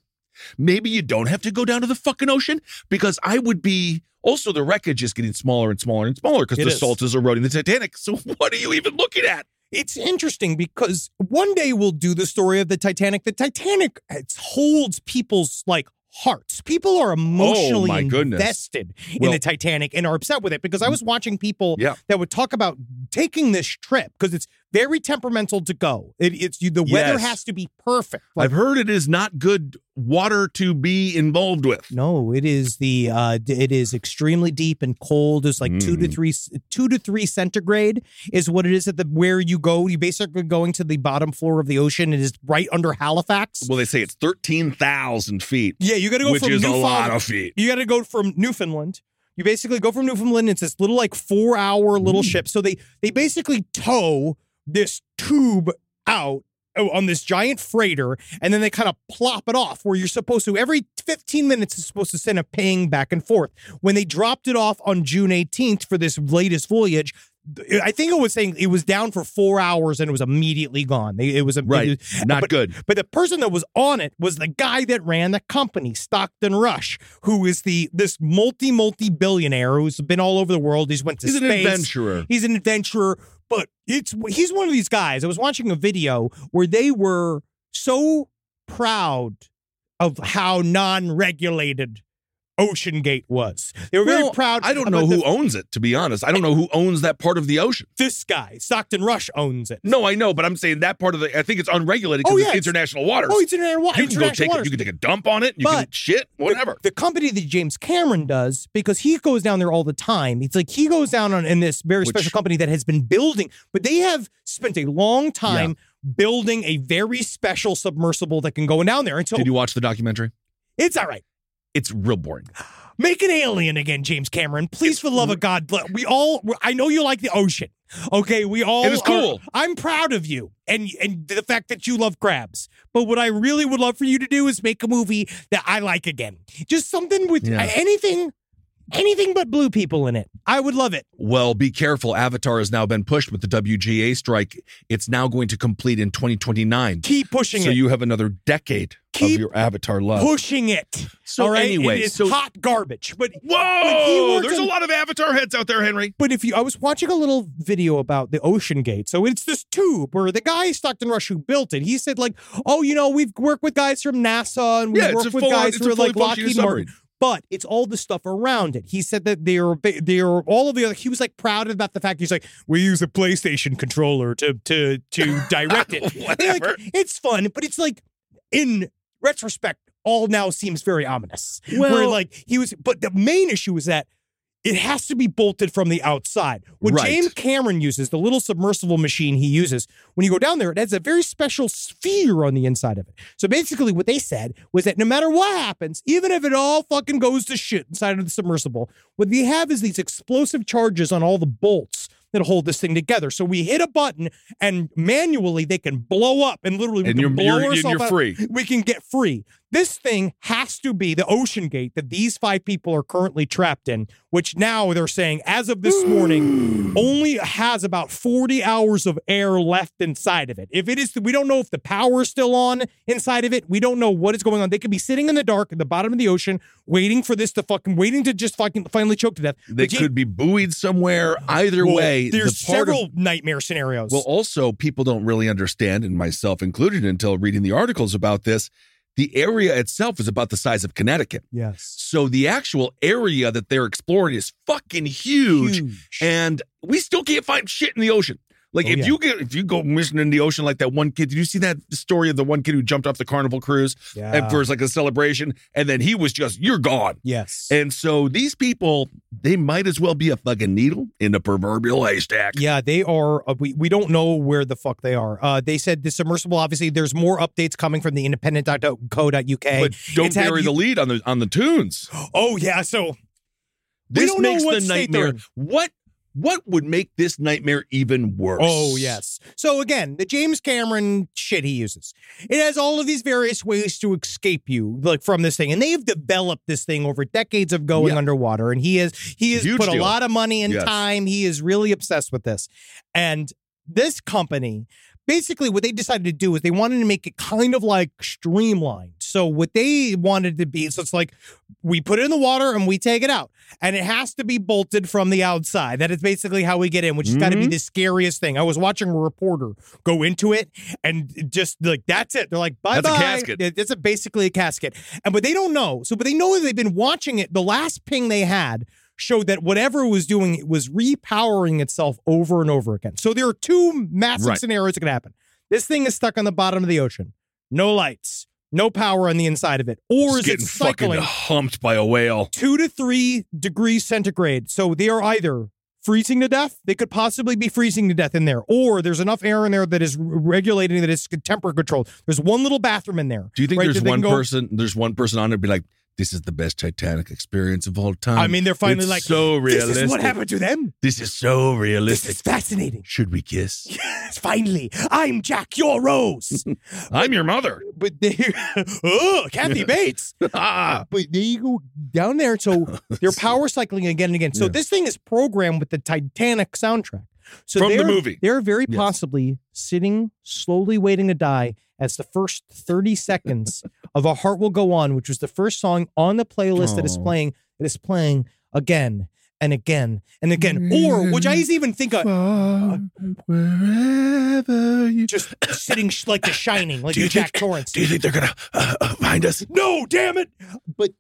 [SPEAKER 4] Maybe you don't have to go down to the fucking ocean because I would be. Also, the wreckage is getting smaller and smaller and smaller because
[SPEAKER 3] It
[SPEAKER 4] the
[SPEAKER 3] is.
[SPEAKER 4] salt is eroding the Titanic. So, what are you even looking at?
[SPEAKER 3] It's interesting because one day we'll do the story of the Titanic. The Titanic it holds people's like hearts. People are emotionally
[SPEAKER 4] my goodness.
[SPEAKER 3] invested in
[SPEAKER 4] Well- Mm.
[SPEAKER 3] the Titanic and are upset with it because I was watching people
[SPEAKER 4] Yeah.
[SPEAKER 3] that would talk about taking this trip because it's very temperamental to go. It, it's you, the weather
[SPEAKER 4] Yes.
[SPEAKER 3] has to be perfect.
[SPEAKER 4] I've heard it is not good water to be involved with.
[SPEAKER 3] No, it is the uh d- it is extremely deep and cold. It's like two to
[SPEAKER 4] Mm.
[SPEAKER 3] three c- two to three centigrade is what it is at the where you go. You basically going to the bottom floor of the ocean. It is right under Halifax.
[SPEAKER 4] Well, they say it's 13,000 feet,
[SPEAKER 3] yeah, you got to go
[SPEAKER 4] which
[SPEAKER 3] from
[SPEAKER 4] is a
[SPEAKER 3] Newfoundland.
[SPEAKER 4] lot of feet.
[SPEAKER 3] you got to go from Newfoundland. You basically go from Newfoundland. It's this little like four hour little ship. So they they basically tow this tube out oh, on this giant freighter, and then they kind of plop it off where you're supposed to every 15 minutes is supposed to send a ping back and forth. When they dropped it off on June 18th for this latest voyage. th- I think it was saying it was down for four hours and it was immediately gone. They- It was a-
[SPEAKER 4] Right.
[SPEAKER 3] it was-
[SPEAKER 4] Not
[SPEAKER 3] but-
[SPEAKER 4] good.
[SPEAKER 3] but the person that was on it was the guy that ran the company, Stockton Rush, who is the this multi multi billionaire who's been all over the world. He's went to
[SPEAKER 4] He's an
[SPEAKER 3] space.
[SPEAKER 4] adventurer.
[SPEAKER 3] He's an adventurer, but it's he's one of these guys. I was watching a video where they were so proud of how non-regulated Ocean Gate was. They were very
[SPEAKER 4] Well,
[SPEAKER 3] proud.
[SPEAKER 4] I don't
[SPEAKER 3] about
[SPEAKER 4] know
[SPEAKER 3] the-
[SPEAKER 4] who owns it, to be honest. I don't know who owns that part of the ocean.
[SPEAKER 3] this guy, Stockton Rush, owns it.
[SPEAKER 4] No, I know, but I'm saying that part of the. I think it's unregulated because
[SPEAKER 3] Oh, yeah,
[SPEAKER 4] it's
[SPEAKER 3] it's-
[SPEAKER 4] international waters.
[SPEAKER 3] Oh, it's in international
[SPEAKER 4] you can go take
[SPEAKER 3] waters.
[SPEAKER 4] it. You can take a dump on it. You can
[SPEAKER 3] But-
[SPEAKER 4] shit, whatever.
[SPEAKER 3] The company that James Cameron does, because he goes down there all the time. It's like he goes down on, in this very
[SPEAKER 4] Which-
[SPEAKER 3] special company that has been building, but they have spent a long time building a very special submersible that can go down there. And so
[SPEAKER 4] Did you watch the documentary?
[SPEAKER 3] it's all right.
[SPEAKER 4] It's real boring.
[SPEAKER 3] Make an alien again, James Cameron. Please, for the love of God, let- we all. I know you like the ocean. Okay, we all.
[SPEAKER 4] It is cool.
[SPEAKER 3] are- I'm proud of you, and and the fact that you love crabs. But what I really would love for you to do is make a movie that I like again. Just something with
[SPEAKER 4] Yeah.
[SPEAKER 3] anything, anything but blue people in it. I would love it.
[SPEAKER 4] Well, be careful. Avatar has now been pushed with the WGA strike. It's now going to complete in 2029.
[SPEAKER 3] Keep pushing
[SPEAKER 4] So
[SPEAKER 3] it.
[SPEAKER 4] you have another decade
[SPEAKER 3] Keep
[SPEAKER 4] of your Avatar love.
[SPEAKER 3] pushing it.
[SPEAKER 4] So
[SPEAKER 3] all right?
[SPEAKER 4] anyway,
[SPEAKER 3] it is
[SPEAKER 4] so-
[SPEAKER 3] hot garbage. But When he
[SPEAKER 4] Whoa!
[SPEAKER 3] worked
[SPEAKER 4] There's
[SPEAKER 3] on-
[SPEAKER 4] a lot of Avatar heads out there, Henry.
[SPEAKER 3] But if you, I was watching a little video about the Ocean Gate. So it's this tube where the guy Stockton Rush who built it, he said like, oh, you know, we've worked with guys from NASA and we've
[SPEAKER 4] Yeah, it's a
[SPEAKER 3] worked with
[SPEAKER 4] full-on-
[SPEAKER 3] guys
[SPEAKER 4] it's a
[SPEAKER 3] from like
[SPEAKER 4] fully functioning
[SPEAKER 3] Lockheed Martin. But it's all the stuff around it. He said that they are they are all of the other. He was like proud about the fact he's like we use a PlayStation controller to to to direct it. Like,
[SPEAKER 4] Whatever.
[SPEAKER 3] it's fun, but it's like in retrospect, all now seems very ominous. Where
[SPEAKER 4] Well-
[SPEAKER 3] like he was, but the main issue is that it has to be bolted from the outside. What
[SPEAKER 4] Right.
[SPEAKER 3] James Cameron uses, the little submersible machine he uses, when you go down there, it has a very special sphere on the inside of it. So basically, what they said was that no matter what happens, even if it all fucking goes to shit inside of the submersible, what we have is these explosive charges on all the bolts that hold this thing together. So we hit a button and manually they can blow up and literally we
[SPEAKER 4] And
[SPEAKER 3] can
[SPEAKER 4] you're-
[SPEAKER 3] blow
[SPEAKER 4] you're- you're-
[SPEAKER 3] ourselves
[SPEAKER 4] you're
[SPEAKER 3] out.
[SPEAKER 4] free.
[SPEAKER 3] We can get free. This thing has to be the ocean gate that these five people are currently trapped in, which now they're saying as of this morning only has about 40 hours of air left inside of it. If it is we don't know if the power is still on inside of it. We don't know what is going on. They could be sitting in the dark at the bottom of the ocean waiting for this to fucking waiting to just fucking finally choke to death.
[SPEAKER 4] They
[SPEAKER 3] But you-
[SPEAKER 4] could be buoyed somewhere. Either
[SPEAKER 3] well,
[SPEAKER 4] way, the
[SPEAKER 3] there's
[SPEAKER 4] part of-
[SPEAKER 3] several nightmare scenarios.
[SPEAKER 4] well, also people don't really understand, and myself included, until reading the articles about this. The area itself is about the size of Connecticut.
[SPEAKER 3] yes.
[SPEAKER 4] So the actual area that they're exploring is fucking huge, and we still can't find shit in the ocean. Like
[SPEAKER 3] Oh,
[SPEAKER 4] if
[SPEAKER 3] yeah.
[SPEAKER 4] you get if you go missing in the ocean like that one kid, did you see that story of the one kid who jumped off the carnival cruise
[SPEAKER 3] yeah.
[SPEAKER 4] and for like a celebration and then he was just you're gone.
[SPEAKER 3] yes.
[SPEAKER 4] And so these people, they might as well be a fucking needle in a proverbial haystack.
[SPEAKER 3] Yeah, they are. Uh, we, we don't know where the fuck they are. Uh, they said the submersible, obviously, there's more updates coming from the independent.co.uk.
[SPEAKER 4] But don't
[SPEAKER 3] It's had
[SPEAKER 4] bury
[SPEAKER 3] you-
[SPEAKER 4] the lead on the on the tunes.
[SPEAKER 3] oh, yeah. So We
[SPEAKER 4] This
[SPEAKER 3] don't know
[SPEAKER 4] makes
[SPEAKER 3] what
[SPEAKER 4] the
[SPEAKER 3] state they're
[SPEAKER 4] nightmare.
[SPEAKER 3] in.
[SPEAKER 4] What what would make this nightmare even worse?
[SPEAKER 3] Oh, yes. So again, the James Cameron shit he uses. It has all of these various ways to escape you, like from this thing. And they've developed this thing over decades of going
[SPEAKER 4] Yeah.
[SPEAKER 3] underwater. And he has he has
[SPEAKER 4] Huge
[SPEAKER 3] put a
[SPEAKER 4] deal.
[SPEAKER 3] lot of money and
[SPEAKER 4] Yes.
[SPEAKER 3] time. He is really obsessed with this. And this company, basically what they decided to do is they wanted to make it kind of like streamlined. So what they wanted to be, so it's like we put it in the water and we take it out. And it has to be bolted from the outside. That is basically how we get in, which has got to be
[SPEAKER 4] Mm-hmm.
[SPEAKER 3] the scariest thing. I was watching a reporter go into it and just like, that's it. They're like, bye
[SPEAKER 4] That's a
[SPEAKER 3] bye.
[SPEAKER 4] casket.
[SPEAKER 3] That's a, basically a casket. And but they don't know. So, but they know that they've been watching it. The last ping they had showed that whatever it was doing it was repowering itself over and over again. So there are two massive
[SPEAKER 4] Right.
[SPEAKER 3] scenarios that could happen. This thing is stuck on the bottom of the ocean. No lights, no power on the inside of it. Or
[SPEAKER 4] Just
[SPEAKER 3] is it
[SPEAKER 4] getting fucking
[SPEAKER 3] cycling
[SPEAKER 4] humped by a whale.
[SPEAKER 3] two to three degrees centigrade. So they are either freezing to death, they could possibly be freezing to death in there, or there's enough air in there that is re- regulating that is temperature controlled. There's one little bathroom in there.
[SPEAKER 4] Do you think
[SPEAKER 3] right,
[SPEAKER 4] there's
[SPEAKER 3] that they
[SPEAKER 4] one
[SPEAKER 3] can go-
[SPEAKER 4] person? There's one person on there be like, "This is the best Titanic experience of all time."
[SPEAKER 3] I mean, they're finally
[SPEAKER 4] It's
[SPEAKER 3] like,
[SPEAKER 4] so realistic.
[SPEAKER 3] This is what happened to them.
[SPEAKER 4] This is so
[SPEAKER 3] This
[SPEAKER 4] realistic.
[SPEAKER 3] is fascinating.
[SPEAKER 4] Should we kiss?
[SPEAKER 3] Yes, finally, I'm Jack, you're Rose.
[SPEAKER 4] I'm your mother.
[SPEAKER 3] but they, oh, Kathy Bates.
[SPEAKER 4] ah,
[SPEAKER 3] But there you go down there. So they're power cycling again and again. So
[SPEAKER 4] Yeah.
[SPEAKER 3] this thing is programmed with the Titanic soundtrack. So
[SPEAKER 4] From the
[SPEAKER 3] they're-
[SPEAKER 4] movie.
[SPEAKER 3] They're very
[SPEAKER 4] Yes.
[SPEAKER 3] possibly sitting slowly waiting to die as the first 30 seconds of A Heart Will Go On, which was the first song on the playlist that is
[SPEAKER 4] Aw.
[SPEAKER 3] playing, that is playing again and again and again. Or which I
[SPEAKER 4] Mm.
[SPEAKER 3] even think of
[SPEAKER 4] far wherever you.
[SPEAKER 3] just sitting sh- like the shining, like
[SPEAKER 4] Do you
[SPEAKER 3] the Jack
[SPEAKER 4] think-
[SPEAKER 3] Torrance.
[SPEAKER 4] Do you think they're gonna uh, uh, find us?
[SPEAKER 3] No, damn it. But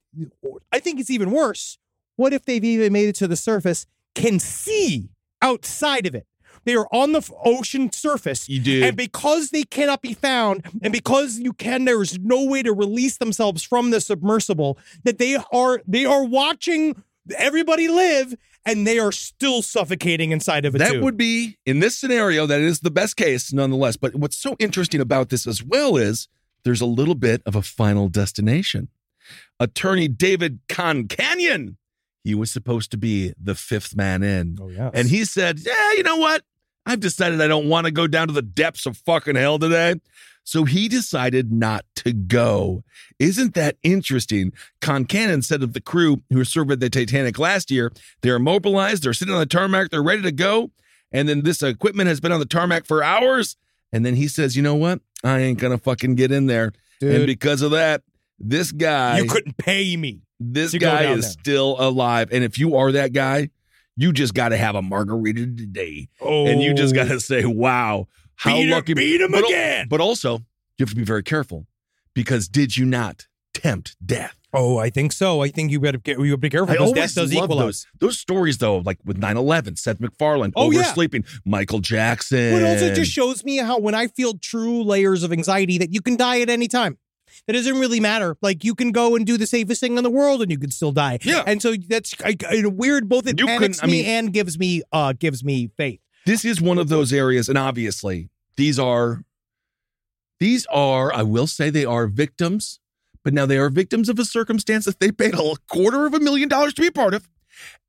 [SPEAKER 3] I think it's even worse. What if they've even made it to the surface, can see outside of it? They are on the f- ocean surface.
[SPEAKER 4] You do.
[SPEAKER 3] And because they cannot be found, and because you can, there is no way to release themselves from the submersible. That they are, they are watching everybody live, and they are still suffocating inside of it.
[SPEAKER 4] That
[SPEAKER 3] too.
[SPEAKER 4] would be in this scenario. That is the best case, nonetheless. But what's so interesting about this as well is there's a little bit of a final destination. attorney David Concanyon. He was supposed to be the fifth man in.
[SPEAKER 3] Oh yeah.
[SPEAKER 4] And he said, Yeah, you know what? I've decided I don't want to go down to the depths of fucking hell today. So he decided not to go. Isn't that interesting? Concannon said of the crew who surveyed the Titanic last year, they're immobilized, they're sitting on the tarmac, they're ready to go. And then this equipment has been on the tarmac for hours. And then he says, You know what? I ain't going to fucking get in there. And
[SPEAKER 3] dude,
[SPEAKER 4] because of that, this guy
[SPEAKER 3] you couldn't pay me.
[SPEAKER 4] this
[SPEAKER 3] to go
[SPEAKER 4] guy
[SPEAKER 3] down
[SPEAKER 4] is
[SPEAKER 3] there.
[SPEAKER 4] still alive. And if you are that guy, you just got to have a margarita today.
[SPEAKER 3] Oh,
[SPEAKER 4] And you just got to say, wow, how
[SPEAKER 3] Beat him-
[SPEAKER 4] lucky.
[SPEAKER 3] beat him
[SPEAKER 4] but, al-
[SPEAKER 3] again.
[SPEAKER 4] But also, you have to be very careful because did you not tempt death?
[SPEAKER 3] Oh, I think so. I think you better get. You better be careful.
[SPEAKER 4] I
[SPEAKER 3] because
[SPEAKER 4] always
[SPEAKER 3] death does
[SPEAKER 4] love
[SPEAKER 3] equalize.
[SPEAKER 4] those. Those stories, though, like with 9 11, Seth MacFarlane,
[SPEAKER 3] Oh, yeah.
[SPEAKER 4] oversleeping, Michael Jackson.
[SPEAKER 3] But also, it just shows me how when I feel true layers of anxiety, that you can die at any time. That doesn't really matter. Like you can go and do the safest thing in the world, and you can still die.
[SPEAKER 4] Yeah.
[SPEAKER 3] And so that's I, I, weird. Both it
[SPEAKER 4] You
[SPEAKER 3] panics
[SPEAKER 4] couldn't- I
[SPEAKER 3] me
[SPEAKER 4] mean-
[SPEAKER 3] and gives me uh gives me faith.
[SPEAKER 4] this is one of those areas and obviously these are these are i will say they are victims but now they are victims of a circumstance that they paid a quarter of a million dollars to be a part of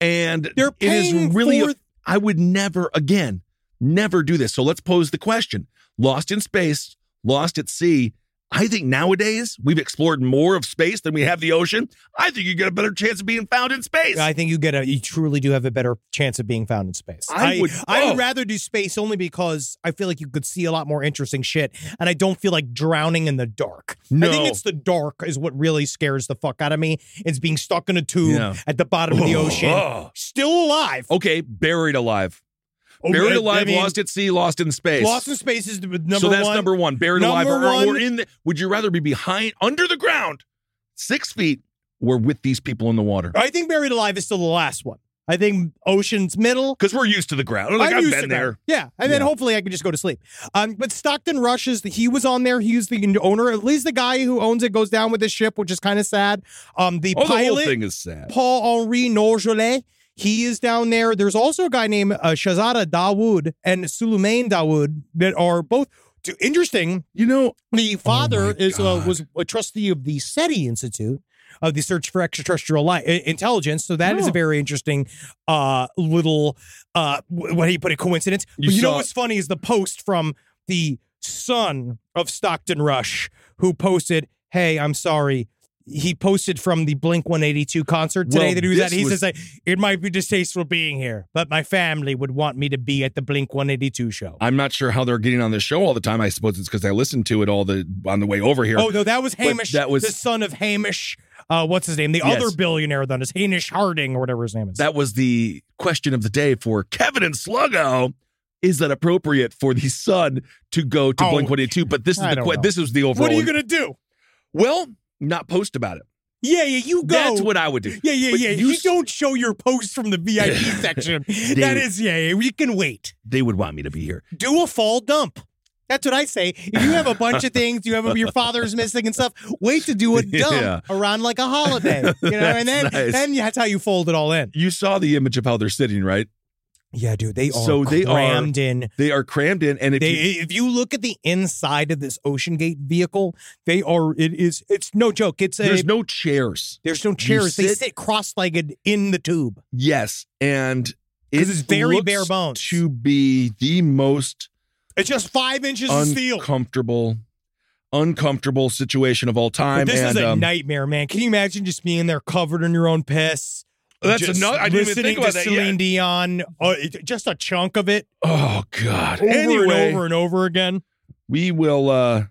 [SPEAKER 4] and
[SPEAKER 3] They're
[SPEAKER 4] it is
[SPEAKER 3] paying
[SPEAKER 4] really
[SPEAKER 3] for-
[SPEAKER 4] i would never again never do this so let's pose the question lost in space lost at sea i think nowadays we've explored more of space than we have the ocean i think you get a better chance of being found in space
[SPEAKER 3] I think you get a you truly do have a better chance of being found in space.
[SPEAKER 4] I would-
[SPEAKER 3] I
[SPEAKER 4] oh.
[SPEAKER 3] would rather do space only because I feel like you could see a lot more interesting shit, and I don't feel like drowning in the dark. I
[SPEAKER 4] No.
[SPEAKER 3] think it's the dark is what really scares the fuck out of me. It's being stuck in a tube
[SPEAKER 4] Yeah. Oh.
[SPEAKER 3] at the bottom of the ocean, still alive.
[SPEAKER 4] okay buried alive
[SPEAKER 3] Oh,
[SPEAKER 4] Buried
[SPEAKER 3] I- I
[SPEAKER 4] alive,
[SPEAKER 3] mean,
[SPEAKER 4] lost at sea, lost in space.
[SPEAKER 3] Lost in space is the- number
[SPEAKER 4] so that's
[SPEAKER 3] one.
[SPEAKER 4] number one. Buried alive,
[SPEAKER 3] Number
[SPEAKER 4] or, or
[SPEAKER 3] one.
[SPEAKER 4] in. The, would you rather be behind, under the ground, six feet, or with these people in the water?
[SPEAKER 3] I think buried alive is still the last one. I think ocean's middle.
[SPEAKER 4] Because we're used to the ground. Like
[SPEAKER 3] I'm
[SPEAKER 4] I've
[SPEAKER 3] used
[SPEAKER 4] been
[SPEAKER 3] to
[SPEAKER 4] there.
[SPEAKER 3] that. Yeah, and then
[SPEAKER 4] Yeah.
[SPEAKER 3] hopefully I can just go to sleep. Um, but Stockton Rush is the, he was on there. He was the owner. At least the guy who owns it goes down with the ship, which is kind of sad. Um, the
[SPEAKER 4] Oh, the whole
[SPEAKER 3] pilot
[SPEAKER 4] thing is sad.
[SPEAKER 3] Paul Henri Norjolet. He is down there. There's also a guy named uh, Shazada Dawood and Suleiman Dawood that are both two, interesting.
[SPEAKER 4] You know, oh
[SPEAKER 3] The father
[SPEAKER 4] my
[SPEAKER 3] is uh,
[SPEAKER 4] God.
[SPEAKER 3] was a trustee of the SETI Institute of the Search for Extraterrestrial Li- I- Intelligence. So that is
[SPEAKER 4] Oh.
[SPEAKER 3] a very interesting uh, little uh, wh- what do you put it coincidence.
[SPEAKER 4] You
[SPEAKER 3] but you know
[SPEAKER 4] saw-
[SPEAKER 3] what's funny is the post from the son of Stockton Rush who posted, "Hey, I'm sorry." He posted from the Blink 182 concert today
[SPEAKER 4] Well,
[SPEAKER 3] that he was
[SPEAKER 4] this
[SPEAKER 3] at. He
[SPEAKER 4] was-
[SPEAKER 3] says, like, "It might be distasteful being here, but my family would want me to be at the Blink 182 show."
[SPEAKER 4] I'm not sure how they're getting on this show all the time. I suppose it's because I listened to it all the on the way over here.
[SPEAKER 3] Oh no, that was
[SPEAKER 4] But
[SPEAKER 3] Hamish.
[SPEAKER 4] that was-
[SPEAKER 3] the son of Hamish. Uh, what's his name? The
[SPEAKER 4] Yes.
[SPEAKER 3] other billionaire that is Hamish Harding or whatever his name is.
[SPEAKER 4] that was the question of the day for Kevin and Sluggo. Is that appropriate for the son to go to
[SPEAKER 3] Oh,
[SPEAKER 4] Blink 182? But this is
[SPEAKER 3] I
[SPEAKER 4] the
[SPEAKER 3] don't
[SPEAKER 4] que-
[SPEAKER 3] know.
[SPEAKER 4] this is the overall.
[SPEAKER 3] what are you gonna do?
[SPEAKER 4] well, not post about it.
[SPEAKER 3] Yeah, yeah, you go.
[SPEAKER 4] That's what I would do.
[SPEAKER 3] yeah, yeah,
[SPEAKER 4] But
[SPEAKER 3] yeah.
[SPEAKER 4] you
[SPEAKER 3] You,
[SPEAKER 4] s-
[SPEAKER 3] don't show your post from the VIP section. That is, yeah, yeah. We can wait.
[SPEAKER 4] They would want me to be here.
[SPEAKER 3] Do a fall dump. That's what I say. If you have a bunch of things, you have your father's missing and stuff. Wait to do a dump
[SPEAKER 4] Yeah.
[SPEAKER 3] around like a holiday, you know, and then
[SPEAKER 4] That's nice.
[SPEAKER 3] then that's how you fold it all in.
[SPEAKER 4] You saw the image of how they're sitting, right?
[SPEAKER 3] Yeah, dude. They are
[SPEAKER 4] So they are-
[SPEAKER 3] crammed in.
[SPEAKER 4] They are crammed in, and if
[SPEAKER 3] They,
[SPEAKER 4] you,
[SPEAKER 3] if you look at the inside of this Ocean Gate vehicle, they are. It is. It's no joke. It's a.
[SPEAKER 4] there's no chairs.
[SPEAKER 3] there's no chairs. they
[SPEAKER 4] sit-
[SPEAKER 3] sit cross-legged in the tube.
[SPEAKER 4] Yes, and
[SPEAKER 3] 'Cause it's very
[SPEAKER 4] looks
[SPEAKER 3] bare bones.
[SPEAKER 4] to be the most
[SPEAKER 3] It's just five inches of steel.
[SPEAKER 4] uncomfortable, uncomfortable situation of all time.
[SPEAKER 3] But this
[SPEAKER 4] and,
[SPEAKER 3] is a
[SPEAKER 4] um,
[SPEAKER 3] nightmare, man. Can you imagine just being there covered in your own piss?
[SPEAKER 4] That's
[SPEAKER 3] just
[SPEAKER 4] another- I didn't even
[SPEAKER 3] listening
[SPEAKER 4] think about
[SPEAKER 3] to
[SPEAKER 4] that yet.
[SPEAKER 3] Celine Dion, uh, it- just a chunk of it
[SPEAKER 4] Oh God!
[SPEAKER 3] over
[SPEAKER 4] anyway,
[SPEAKER 3] and over and over again.
[SPEAKER 4] we will uh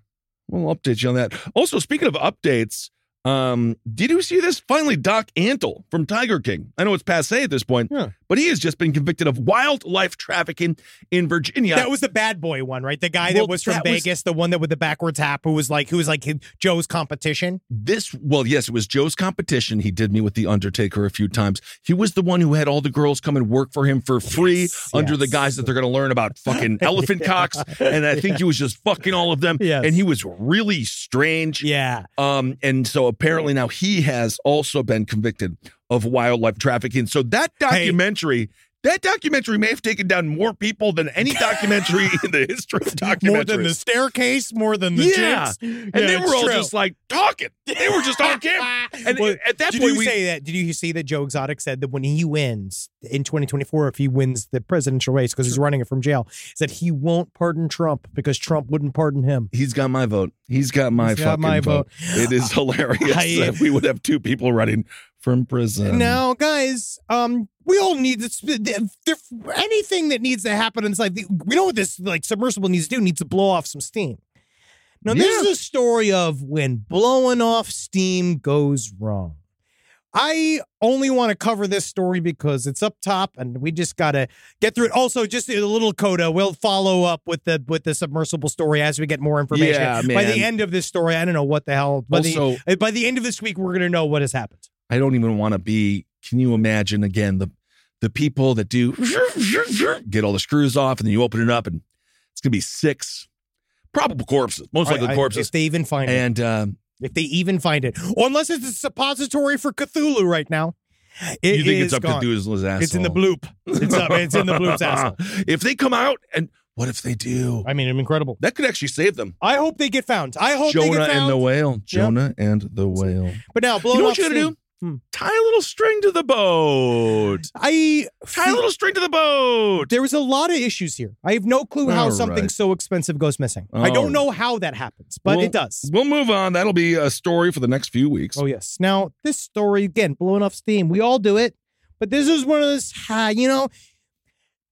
[SPEAKER 4] we'll update you on that. Also, speaking of updates, um, did you see this? Finally, Doc Antle from Tiger King. I know it's passe at this point,
[SPEAKER 3] Yeah.
[SPEAKER 4] but he has just been convicted of wildlife trafficking in Virginia.
[SPEAKER 3] That was the bad boy one, right? The guy
[SPEAKER 4] Well,
[SPEAKER 3] that was from
[SPEAKER 4] that was-
[SPEAKER 3] Vegas, the one that with the backwards hat, who was like, who was like Joe's competition.
[SPEAKER 4] this well yes it was joe's competition he did me with the undertaker a few times he was the one who had all the girls come and work for him for free
[SPEAKER 3] Yes,
[SPEAKER 4] under the
[SPEAKER 3] yes.
[SPEAKER 4] guise that they're going to learn about fucking elephant cocks and i think he was just fucking all of them
[SPEAKER 3] Yes.
[SPEAKER 4] and he was really strange
[SPEAKER 3] Yeah.
[SPEAKER 4] um and so apparently now he has also been convicted of wildlife trafficking so that documentary That documentary may have taken down more people than any documentary in the history of documentaries.
[SPEAKER 3] More than the staircase, more than the
[SPEAKER 4] Yeah.
[SPEAKER 3] chicks.
[SPEAKER 4] and they were all just like talking. They were just on camera. And at that
[SPEAKER 3] did
[SPEAKER 4] point,
[SPEAKER 3] you
[SPEAKER 4] we
[SPEAKER 3] say that? Did you see that Joe Exotic said that when he wins in 2024, if he wins the presidential race because he's running it from jail, is that he won't pardon Trump because Trump wouldn't pardon him?
[SPEAKER 4] He's got my vote. He's got my
[SPEAKER 3] He's got
[SPEAKER 4] fucking
[SPEAKER 3] my
[SPEAKER 4] vote. It is hilarious
[SPEAKER 3] I-
[SPEAKER 4] that we would have two people running from prison.
[SPEAKER 3] now, guys, um, we all need this. th- th- Anything that needs to happen in this life, we know what this like submersible needs to do. Needs to blow off some steam. Now, this is a story of when blowing off steam goes wrong. I only want to cover this story because it's up top, and we just gotta get through it. Also, just a little coda. We'll follow up with the with the submersible story as we get more information.
[SPEAKER 4] Yeah,
[SPEAKER 3] By
[SPEAKER 4] man.
[SPEAKER 3] the end of this story, I don't know what the hell. By
[SPEAKER 4] Also-
[SPEAKER 3] the by the end of this week, we're gonna know what has happened.
[SPEAKER 4] I don't even want to be. Can you imagine again the the people that do get all the screws off and then you open it up and it's gonna be six probable corpses, most likely
[SPEAKER 3] I- I-
[SPEAKER 4] corpses.
[SPEAKER 3] if they even find it.
[SPEAKER 4] and um,
[SPEAKER 3] If they even find it, or unless it's a suppository for Cthulhu right now. It
[SPEAKER 4] you think
[SPEAKER 3] is
[SPEAKER 4] it's up
[SPEAKER 3] gone.
[SPEAKER 4] to Doozle's asshole?
[SPEAKER 3] It's in the bloop. It's up. It's in the bloop's asshole.
[SPEAKER 4] if they come out and what if they do?
[SPEAKER 3] I mean, I'm incredible.
[SPEAKER 4] that could actually save them.
[SPEAKER 3] I hope they get found. I hope they
[SPEAKER 4] Jonah
[SPEAKER 3] get
[SPEAKER 4] and
[SPEAKER 3] found.
[SPEAKER 4] the whale. Jonah and the whale.
[SPEAKER 3] but now, blow
[SPEAKER 4] you know
[SPEAKER 3] it
[SPEAKER 4] what you
[SPEAKER 3] off
[SPEAKER 4] gotta do?
[SPEAKER 3] steam. Hmm.
[SPEAKER 4] Tie a little string to the boat.
[SPEAKER 3] I
[SPEAKER 4] Tie a little string to the boat.
[SPEAKER 3] there was a lot of issues here. I have no clue how
[SPEAKER 4] All
[SPEAKER 3] something
[SPEAKER 4] right.
[SPEAKER 3] so expensive goes missing. I don't
[SPEAKER 4] All
[SPEAKER 3] know how that happens, but
[SPEAKER 4] Well,
[SPEAKER 3] it does.
[SPEAKER 4] We'll move on. That'll be a story for the next few weeks.
[SPEAKER 3] Oh yes. Now this story again, blowing off steam. We all do it, but this is one of those. ah, you know,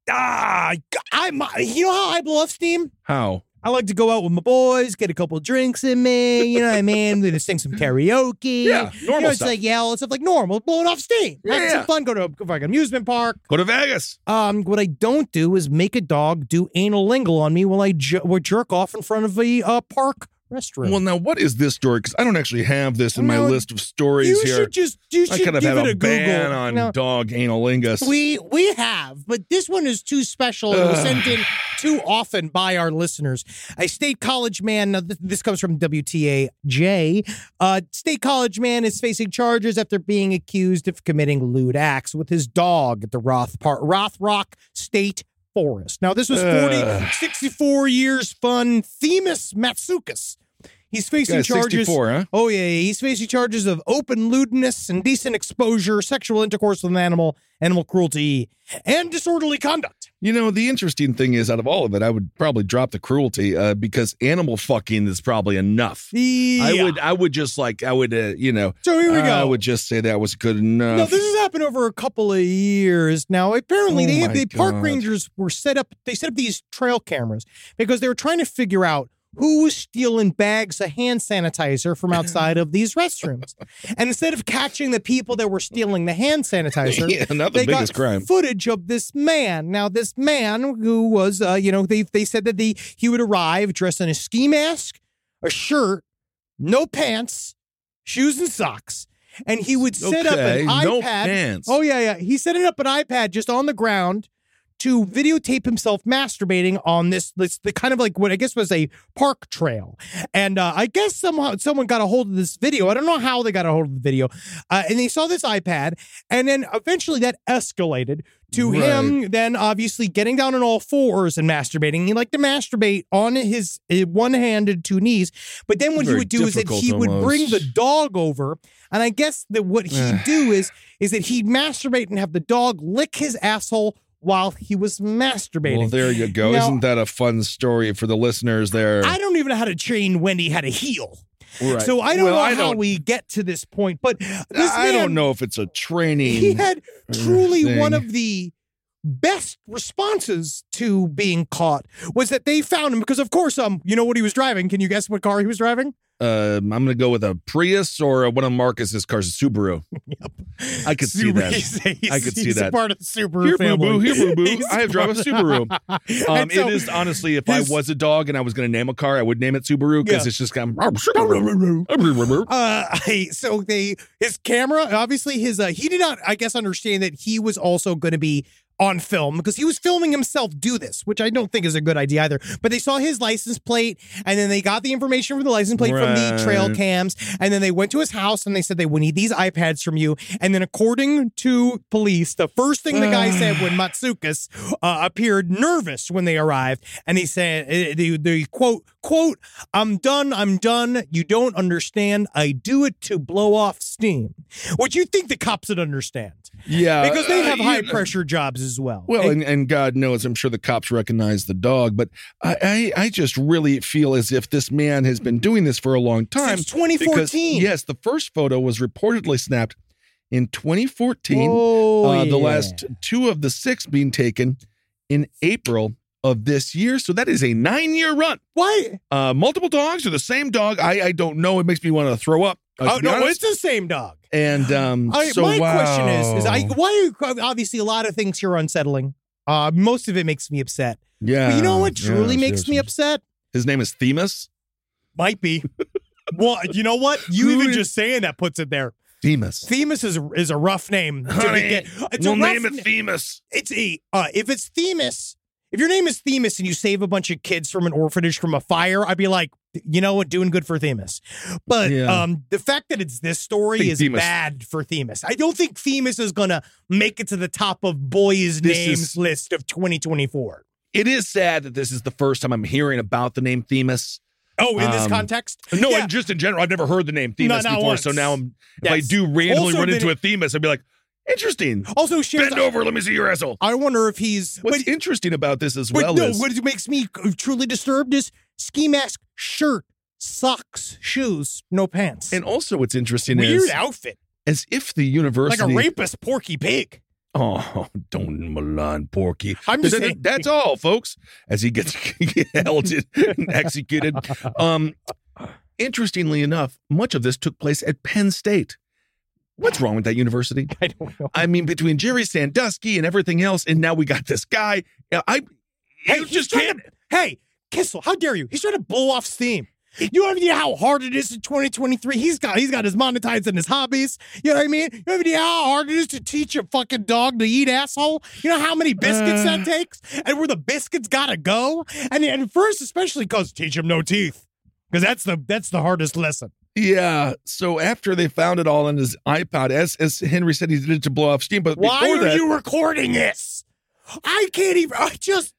[SPEAKER 3] ah, I'm. You know how I blow off steam?
[SPEAKER 4] How?
[SPEAKER 3] I like to go out with my boys, get a couple drinks in me. You know what I mean? We just sing some karaoke.
[SPEAKER 4] Yeah,
[SPEAKER 3] you
[SPEAKER 4] normal
[SPEAKER 3] know, it's
[SPEAKER 4] stuff.
[SPEAKER 3] like yell and stuff like normal, blowing off steam. Have
[SPEAKER 4] Yeah.
[SPEAKER 3] some fun. Go to a fucking amusement park.
[SPEAKER 4] Go to Vegas.
[SPEAKER 3] Um, what I don't do is make a dog do anal lingle on me while I ju- or jerk off in front of a uh, park restroom.
[SPEAKER 4] Well, now what is this story? Because I don't actually have this in my
[SPEAKER 3] Well,
[SPEAKER 4] list of stories
[SPEAKER 3] you
[SPEAKER 4] here.
[SPEAKER 3] should just you
[SPEAKER 4] I
[SPEAKER 3] should
[SPEAKER 4] kind of
[SPEAKER 3] give
[SPEAKER 4] had
[SPEAKER 3] it
[SPEAKER 4] a,
[SPEAKER 3] a,
[SPEAKER 4] ban
[SPEAKER 3] Google.
[SPEAKER 4] on
[SPEAKER 3] No,
[SPEAKER 4] dog analingus.
[SPEAKER 3] we we have, but this one is too special. It was
[SPEAKER 4] Ugh.
[SPEAKER 3] sent in too often by our listeners. A state college man. Now th- this comes from WTAJ. Uh, state college man is facing charges after being accused of committing lewd acts with his dog at the Roth Park, Roth Rock State Forest. Now this was 40,
[SPEAKER 4] Ugh.
[SPEAKER 3] 64 years fun. Themis Matsoukas. He's facing
[SPEAKER 4] Yeah,
[SPEAKER 3] charges.
[SPEAKER 4] 64, huh?
[SPEAKER 3] Oh yeah, yeah, he's facing charges of open lewdness, indecent exposure, sexual intercourse with an animal, animal cruelty, and disorderly conduct.
[SPEAKER 4] You know, the interesting thing is, out of all of it, I would probably drop the cruelty uh, because animal fucking is probably enough. I
[SPEAKER 3] Yeah.
[SPEAKER 4] would, I would just like, I would, uh, you know.
[SPEAKER 3] So here we
[SPEAKER 4] I
[SPEAKER 3] go.
[SPEAKER 4] would just say that was good
[SPEAKER 3] Now
[SPEAKER 4] enough.
[SPEAKER 3] this has happened over a couple of years. Now apparently
[SPEAKER 4] Oh,
[SPEAKER 3] they
[SPEAKER 4] my
[SPEAKER 3] the park
[SPEAKER 4] God.
[SPEAKER 3] rangers were set up. They set up these trail cameras because they were trying to figure out who was stealing bags of hand sanitizer from outside of these restrooms. And instead of catching the people that were stealing the hand sanitizer,
[SPEAKER 4] yeah, not the
[SPEAKER 3] they
[SPEAKER 4] biggest
[SPEAKER 3] got
[SPEAKER 4] crime.
[SPEAKER 3] footage of this man. Now, this man who was, uh, you know, they they said that the he would arrive dressed in a ski mask, a shirt, no pants, shoes and socks, and he would set up an iPad.
[SPEAKER 4] no pants.
[SPEAKER 3] Oh yeah, yeah. He set it up an iPad just on the ground to videotape himself masturbating on this this the kind of like what I guess was a park trail. And uh, I guess somehow someone got a hold of this video. I don't know how they got a hold of the video. Uh, and they saw this iPad, and then eventually that escalated to
[SPEAKER 4] Right.
[SPEAKER 3] him then obviously getting down on all fours and masturbating. He liked to masturbate on his uh, one hand and two knees. But then what he
[SPEAKER 4] Very
[SPEAKER 3] would do is that
[SPEAKER 4] difficult
[SPEAKER 3] he would bring
[SPEAKER 4] almost. Eh.
[SPEAKER 3] the dog over, and I guess that what he'd do is is that he'd masturbate and have the dog lick his asshole while he was masturbating.
[SPEAKER 4] Well, there you go.
[SPEAKER 3] Now-
[SPEAKER 4] Isn't that a fun story for the listeners there?
[SPEAKER 3] I don't even know how to train Wendy how to heal.
[SPEAKER 4] Right.
[SPEAKER 3] So I don't
[SPEAKER 4] Well,
[SPEAKER 3] know
[SPEAKER 4] I
[SPEAKER 3] how
[SPEAKER 4] don't-
[SPEAKER 3] we get to this point, but this
[SPEAKER 4] I
[SPEAKER 3] man,
[SPEAKER 4] don't know if it's a
[SPEAKER 3] He
[SPEAKER 4] training.
[SPEAKER 3] had truly
[SPEAKER 4] thing.
[SPEAKER 3] one of the best responses to being caught was that they found him because of course um you know what he was driving can you guess what car he was driving
[SPEAKER 4] Uh, I'm going to go with a Prius or one of Marcus's cars, a Subaru.
[SPEAKER 3] yep
[SPEAKER 4] I could see that.
[SPEAKER 3] He's a- he's-
[SPEAKER 4] I could see
[SPEAKER 3] he's a
[SPEAKER 4] that.
[SPEAKER 3] part of the Subaru
[SPEAKER 4] Here, boo
[SPEAKER 3] family
[SPEAKER 4] boo. Here, boo boo.
[SPEAKER 3] He's
[SPEAKER 4] I have driven a
[SPEAKER 3] part-
[SPEAKER 4] Subaru. Um,
[SPEAKER 3] And so-
[SPEAKER 4] it is honestly, if
[SPEAKER 3] his-
[SPEAKER 4] I was a dog and I was going to name a car, I would name it Subaru because
[SPEAKER 3] Yeah.
[SPEAKER 4] it's just kind of.
[SPEAKER 3] uh I, so they his camera obviously his uh he did not i guess understand that he was also going to be on film because he was filming himself do this, which I don't think is a good idea either. But they saw his license plate and then they got the information from the license plate from the trail
[SPEAKER 6] Right.
[SPEAKER 3] cams. And then they went to his house and they said they would need these iPads from you. And then, according to police, the first thing the guy said when Matsukas uh, appeared nervous when they arrived, and he said, uh, the, the quote, quote, I'm done, I'm done. You don't understand. I do it to blow off steam, which you think the cops would understand
[SPEAKER 4] Yeah,
[SPEAKER 3] because they have
[SPEAKER 4] uh,
[SPEAKER 3] high
[SPEAKER 4] you-
[SPEAKER 3] pressure jobs as well.
[SPEAKER 4] Well, and, and God knows, I'm sure the cops recognize the dog, but I, I, I just really feel as if this man has been doing this for a long time.
[SPEAKER 3] Since
[SPEAKER 4] because,
[SPEAKER 3] 2014.
[SPEAKER 4] yes, the first photo was reportedly snapped in 2014.
[SPEAKER 3] Oh,
[SPEAKER 4] uh,
[SPEAKER 3] yeah.
[SPEAKER 4] The last two of the six being taken in April of this year. So that is a nine year run.
[SPEAKER 3] What?
[SPEAKER 4] Uh, multiple dogs or the same dog. I, I don't know. It makes me want to throw up. uh, to
[SPEAKER 3] Oh,
[SPEAKER 4] be
[SPEAKER 3] no,
[SPEAKER 4] honest.
[SPEAKER 3] it's the same dog.
[SPEAKER 4] and um,
[SPEAKER 3] I,
[SPEAKER 4] so,
[SPEAKER 3] my question is, is I
[SPEAKER 4] wow.
[SPEAKER 3] why are- obviously a lot of things here are unsettling. Uh, most of it makes me upset.
[SPEAKER 4] yeah,
[SPEAKER 3] But you know what
[SPEAKER 4] yeah,
[SPEAKER 3] truly
[SPEAKER 4] yes,
[SPEAKER 3] makes
[SPEAKER 4] yes,
[SPEAKER 3] me
[SPEAKER 4] yes.
[SPEAKER 3] upset?
[SPEAKER 4] His name is Themis.
[SPEAKER 3] Might be. well, you know what? You
[SPEAKER 4] Who
[SPEAKER 3] even
[SPEAKER 4] is-
[SPEAKER 3] just saying that puts it there.
[SPEAKER 4] Themis.
[SPEAKER 3] Themis is is a rough name. To begin. It's a rough na-
[SPEAKER 4] Themis.
[SPEAKER 3] It's a uh, if it's Themis. If your name is Themis and you save a bunch of kids from an orphanage from a fire, I'd be like, you know what, doing good for Themis. But
[SPEAKER 4] Yeah.
[SPEAKER 3] um, the fact that it's this
[SPEAKER 4] I
[SPEAKER 3] story
[SPEAKER 4] think
[SPEAKER 3] is
[SPEAKER 4] Themis-
[SPEAKER 3] bad for Themis. I don't think Themis is gonna make it to the top of boys'
[SPEAKER 4] This
[SPEAKER 3] names
[SPEAKER 4] is-
[SPEAKER 3] list of 2024.
[SPEAKER 4] It is sad that this is the first time I'm hearing about the name Themis.
[SPEAKER 3] Oh, in this
[SPEAKER 4] Um,
[SPEAKER 3] context,
[SPEAKER 4] No,
[SPEAKER 3] Yeah.
[SPEAKER 4] and just in general, I've never heard the name Themis
[SPEAKER 3] No, not
[SPEAKER 4] before. So
[SPEAKER 3] once.
[SPEAKER 4] now I'm, if I
[SPEAKER 3] Yes.
[SPEAKER 4] do randomly
[SPEAKER 3] Also
[SPEAKER 4] run
[SPEAKER 3] been-
[SPEAKER 4] into a Themis, I'd be like, interesting.
[SPEAKER 3] also shares.
[SPEAKER 4] Bend over. Let me see your asshole.
[SPEAKER 3] I wonder if he's.
[SPEAKER 4] What's
[SPEAKER 3] but-
[SPEAKER 4] interesting about this as
[SPEAKER 3] But
[SPEAKER 4] well
[SPEAKER 3] no,
[SPEAKER 4] is
[SPEAKER 3] what makes me truly disturbed is ski mask, shirt, socks, shoes, no pants.
[SPEAKER 4] and also what's interesting
[SPEAKER 3] weird
[SPEAKER 4] is
[SPEAKER 3] outfit,
[SPEAKER 4] as if the university
[SPEAKER 3] like a rapist, Porky Pig.
[SPEAKER 4] Oh, don't Milan Porky.
[SPEAKER 3] I'm just saying.
[SPEAKER 4] that's all, folks. As he gets held and executed. Um, interestingly enough, much of this took place at Penn State. What's wrong with that university?
[SPEAKER 3] I don't know.
[SPEAKER 4] I mean, between Jerry Sandusky and everything else, and now we got this guy. Yeah, I
[SPEAKER 3] Hey,
[SPEAKER 4] you
[SPEAKER 3] he's trying to- hey, Kissel, how dare you? He's trying to blow off steam. You know what I mean? How hard it is in 2023. He's got he's got his monetized and his hobbies. You know what I mean? You know what I mean? How hard it is to teach a fucking dog to eat asshole. You know how many biscuits that takes, and where the biscuits gotta go. And and first, especially because teach him no teeth, because that's the that's the hardest lesson.
[SPEAKER 4] Yeah. So after they found it all in his iPod, as as Henry said, he did it to blow off steam. But
[SPEAKER 3] Why
[SPEAKER 4] before
[SPEAKER 3] are
[SPEAKER 4] that,
[SPEAKER 3] you recording this? I can't even. I just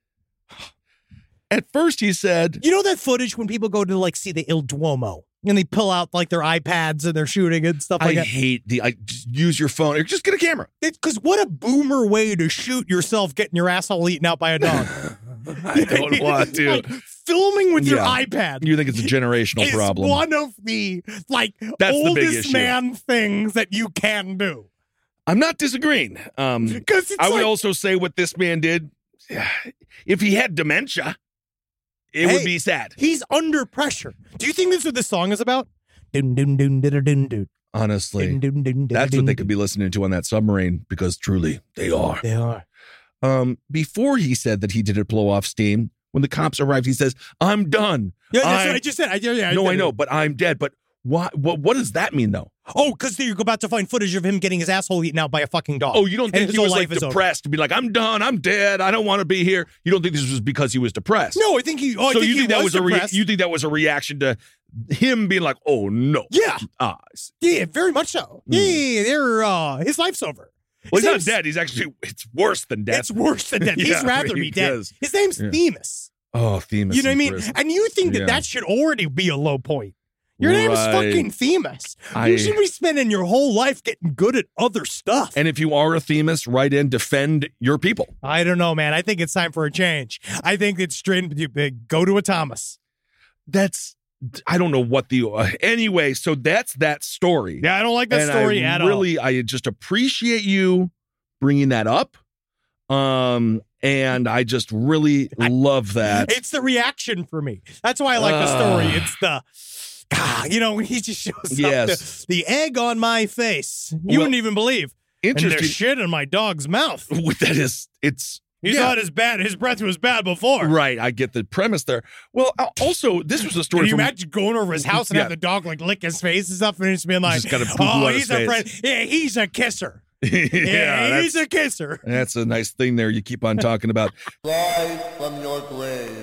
[SPEAKER 4] at first he said,
[SPEAKER 3] You know that footage when people go to like see the Il Duomo and they pull out like their iPads and they're shooting and stuff
[SPEAKER 4] "I
[SPEAKER 3] like that.
[SPEAKER 4] hate the. I just use your phone or just get a camera."
[SPEAKER 3] Because what a boomer way to shoot yourself getting your asshole eaten out by a dog.
[SPEAKER 4] I don't want to.
[SPEAKER 3] Like, filming with your
[SPEAKER 4] Yeah.
[SPEAKER 3] iPad.
[SPEAKER 4] You think it's a generational
[SPEAKER 3] is
[SPEAKER 4] problem?
[SPEAKER 3] one of the like
[SPEAKER 4] That's the big
[SPEAKER 3] oldest
[SPEAKER 4] issue.
[SPEAKER 3] man things that you can do.
[SPEAKER 4] I'm not disagreeing. Um,
[SPEAKER 3] Because it's
[SPEAKER 4] I would
[SPEAKER 3] like,
[SPEAKER 4] also say what this man did. If he had dementia, it
[SPEAKER 3] Hey.
[SPEAKER 4] would be sad.
[SPEAKER 3] he's under pressure. Do you think that's what this song is about? Dun, dun, dun, dun, dun, dun, dun,
[SPEAKER 4] Honestly,
[SPEAKER 3] dun, dun,
[SPEAKER 4] that's
[SPEAKER 3] dun,
[SPEAKER 4] what they
[SPEAKER 3] dun.
[SPEAKER 4] could be listening to on that submarine because truly they are.
[SPEAKER 3] They are.
[SPEAKER 4] Um, before he said that he did it blow off steam, when the cops arrived, he says, "I'm done."
[SPEAKER 3] Yeah, that's
[SPEAKER 4] I-
[SPEAKER 3] what I just said. I, yeah, yeah,
[SPEAKER 4] no,
[SPEAKER 3] did
[SPEAKER 4] I
[SPEAKER 3] it.
[SPEAKER 4] know, but I'm dead. But why? What, what does that mean, though?
[SPEAKER 3] Oh, because you're about to find footage of him getting his asshole eaten out by a fucking dog.
[SPEAKER 4] Oh, you don't
[SPEAKER 3] And
[SPEAKER 4] think
[SPEAKER 3] his
[SPEAKER 4] he
[SPEAKER 3] whole
[SPEAKER 4] was like
[SPEAKER 3] life is over.
[SPEAKER 4] depressed to be like, "I'm done. I'm dead. I don't want to be here." You don't think this was because he was depressed?
[SPEAKER 3] No, I think he. Oh, I
[SPEAKER 4] so
[SPEAKER 3] think
[SPEAKER 4] you
[SPEAKER 3] he
[SPEAKER 4] think that
[SPEAKER 3] was
[SPEAKER 4] was a re-
[SPEAKER 3] depressed.
[SPEAKER 4] you think that was a reaction to him being like, oh no,
[SPEAKER 3] Yeah.
[SPEAKER 4] ah, s-
[SPEAKER 3] yeah, very much so.
[SPEAKER 4] Hmm.
[SPEAKER 3] Yeah, yeah, yeah, they're uh, his life's over. His
[SPEAKER 4] well, he's not
[SPEAKER 3] name's-
[SPEAKER 4] dead. He's actually it's worse than death.
[SPEAKER 3] It's worse than dead.
[SPEAKER 4] Yeah,
[SPEAKER 3] He's rather
[SPEAKER 4] he
[SPEAKER 3] be dead.
[SPEAKER 4] is.
[SPEAKER 3] His name's
[SPEAKER 4] Yeah.
[SPEAKER 3] Themis.
[SPEAKER 4] oh, Themis.
[SPEAKER 3] You know what I
[SPEAKER 4] in
[SPEAKER 3] mean?
[SPEAKER 4] prison.
[SPEAKER 3] And you think that
[SPEAKER 4] Yeah.
[SPEAKER 3] that should already be a low point. Your name's
[SPEAKER 4] Right.
[SPEAKER 3] fucking Themis.
[SPEAKER 4] I-
[SPEAKER 3] you should be spending your whole life getting good at other stuff.
[SPEAKER 4] And if you are a Themis, write in defend your people.
[SPEAKER 3] I don't know, man. I think it's time for a change. I think it's straight. you- uh, Go to a Thomas.
[SPEAKER 4] That's I don't know what the uh, anyway. So that's that story.
[SPEAKER 3] Yeah, I don't like that
[SPEAKER 4] And
[SPEAKER 3] story
[SPEAKER 4] I
[SPEAKER 3] at all.
[SPEAKER 4] really, I just appreciate you bringing that up. Um, and I just really love that.
[SPEAKER 3] It's the reaction for me. That's why I like the story.
[SPEAKER 4] Ah.
[SPEAKER 3] It's the, ah, you know, when he just shows
[SPEAKER 4] Yes.
[SPEAKER 3] up, the, the egg on my face. You
[SPEAKER 4] Well,
[SPEAKER 3] wouldn't even believe. And there's
[SPEAKER 4] Interesting.
[SPEAKER 3] shit in my dog's mouth.
[SPEAKER 4] What that is, it's
[SPEAKER 3] He
[SPEAKER 4] Yeah.
[SPEAKER 3] thought his bad. His breath was bad before.
[SPEAKER 4] Right, I get the premise there. Well, al- also, this was a
[SPEAKER 3] Can
[SPEAKER 4] story
[SPEAKER 3] you
[SPEAKER 4] from
[SPEAKER 3] imagine going over his house and
[SPEAKER 4] Yeah.
[SPEAKER 3] have the dog like lick his face and stuff, and it's being like,
[SPEAKER 4] Just gotta poo-poo
[SPEAKER 3] "Oh,
[SPEAKER 4] on
[SPEAKER 3] he's
[SPEAKER 4] his
[SPEAKER 3] a
[SPEAKER 4] face."
[SPEAKER 3] friend. Yeah, he's a kisser."
[SPEAKER 4] yeah,
[SPEAKER 3] he's
[SPEAKER 4] that's,
[SPEAKER 3] a kisser.
[SPEAKER 4] that's a nice thing there you keep on talking about.
[SPEAKER 7] Rise from your grave.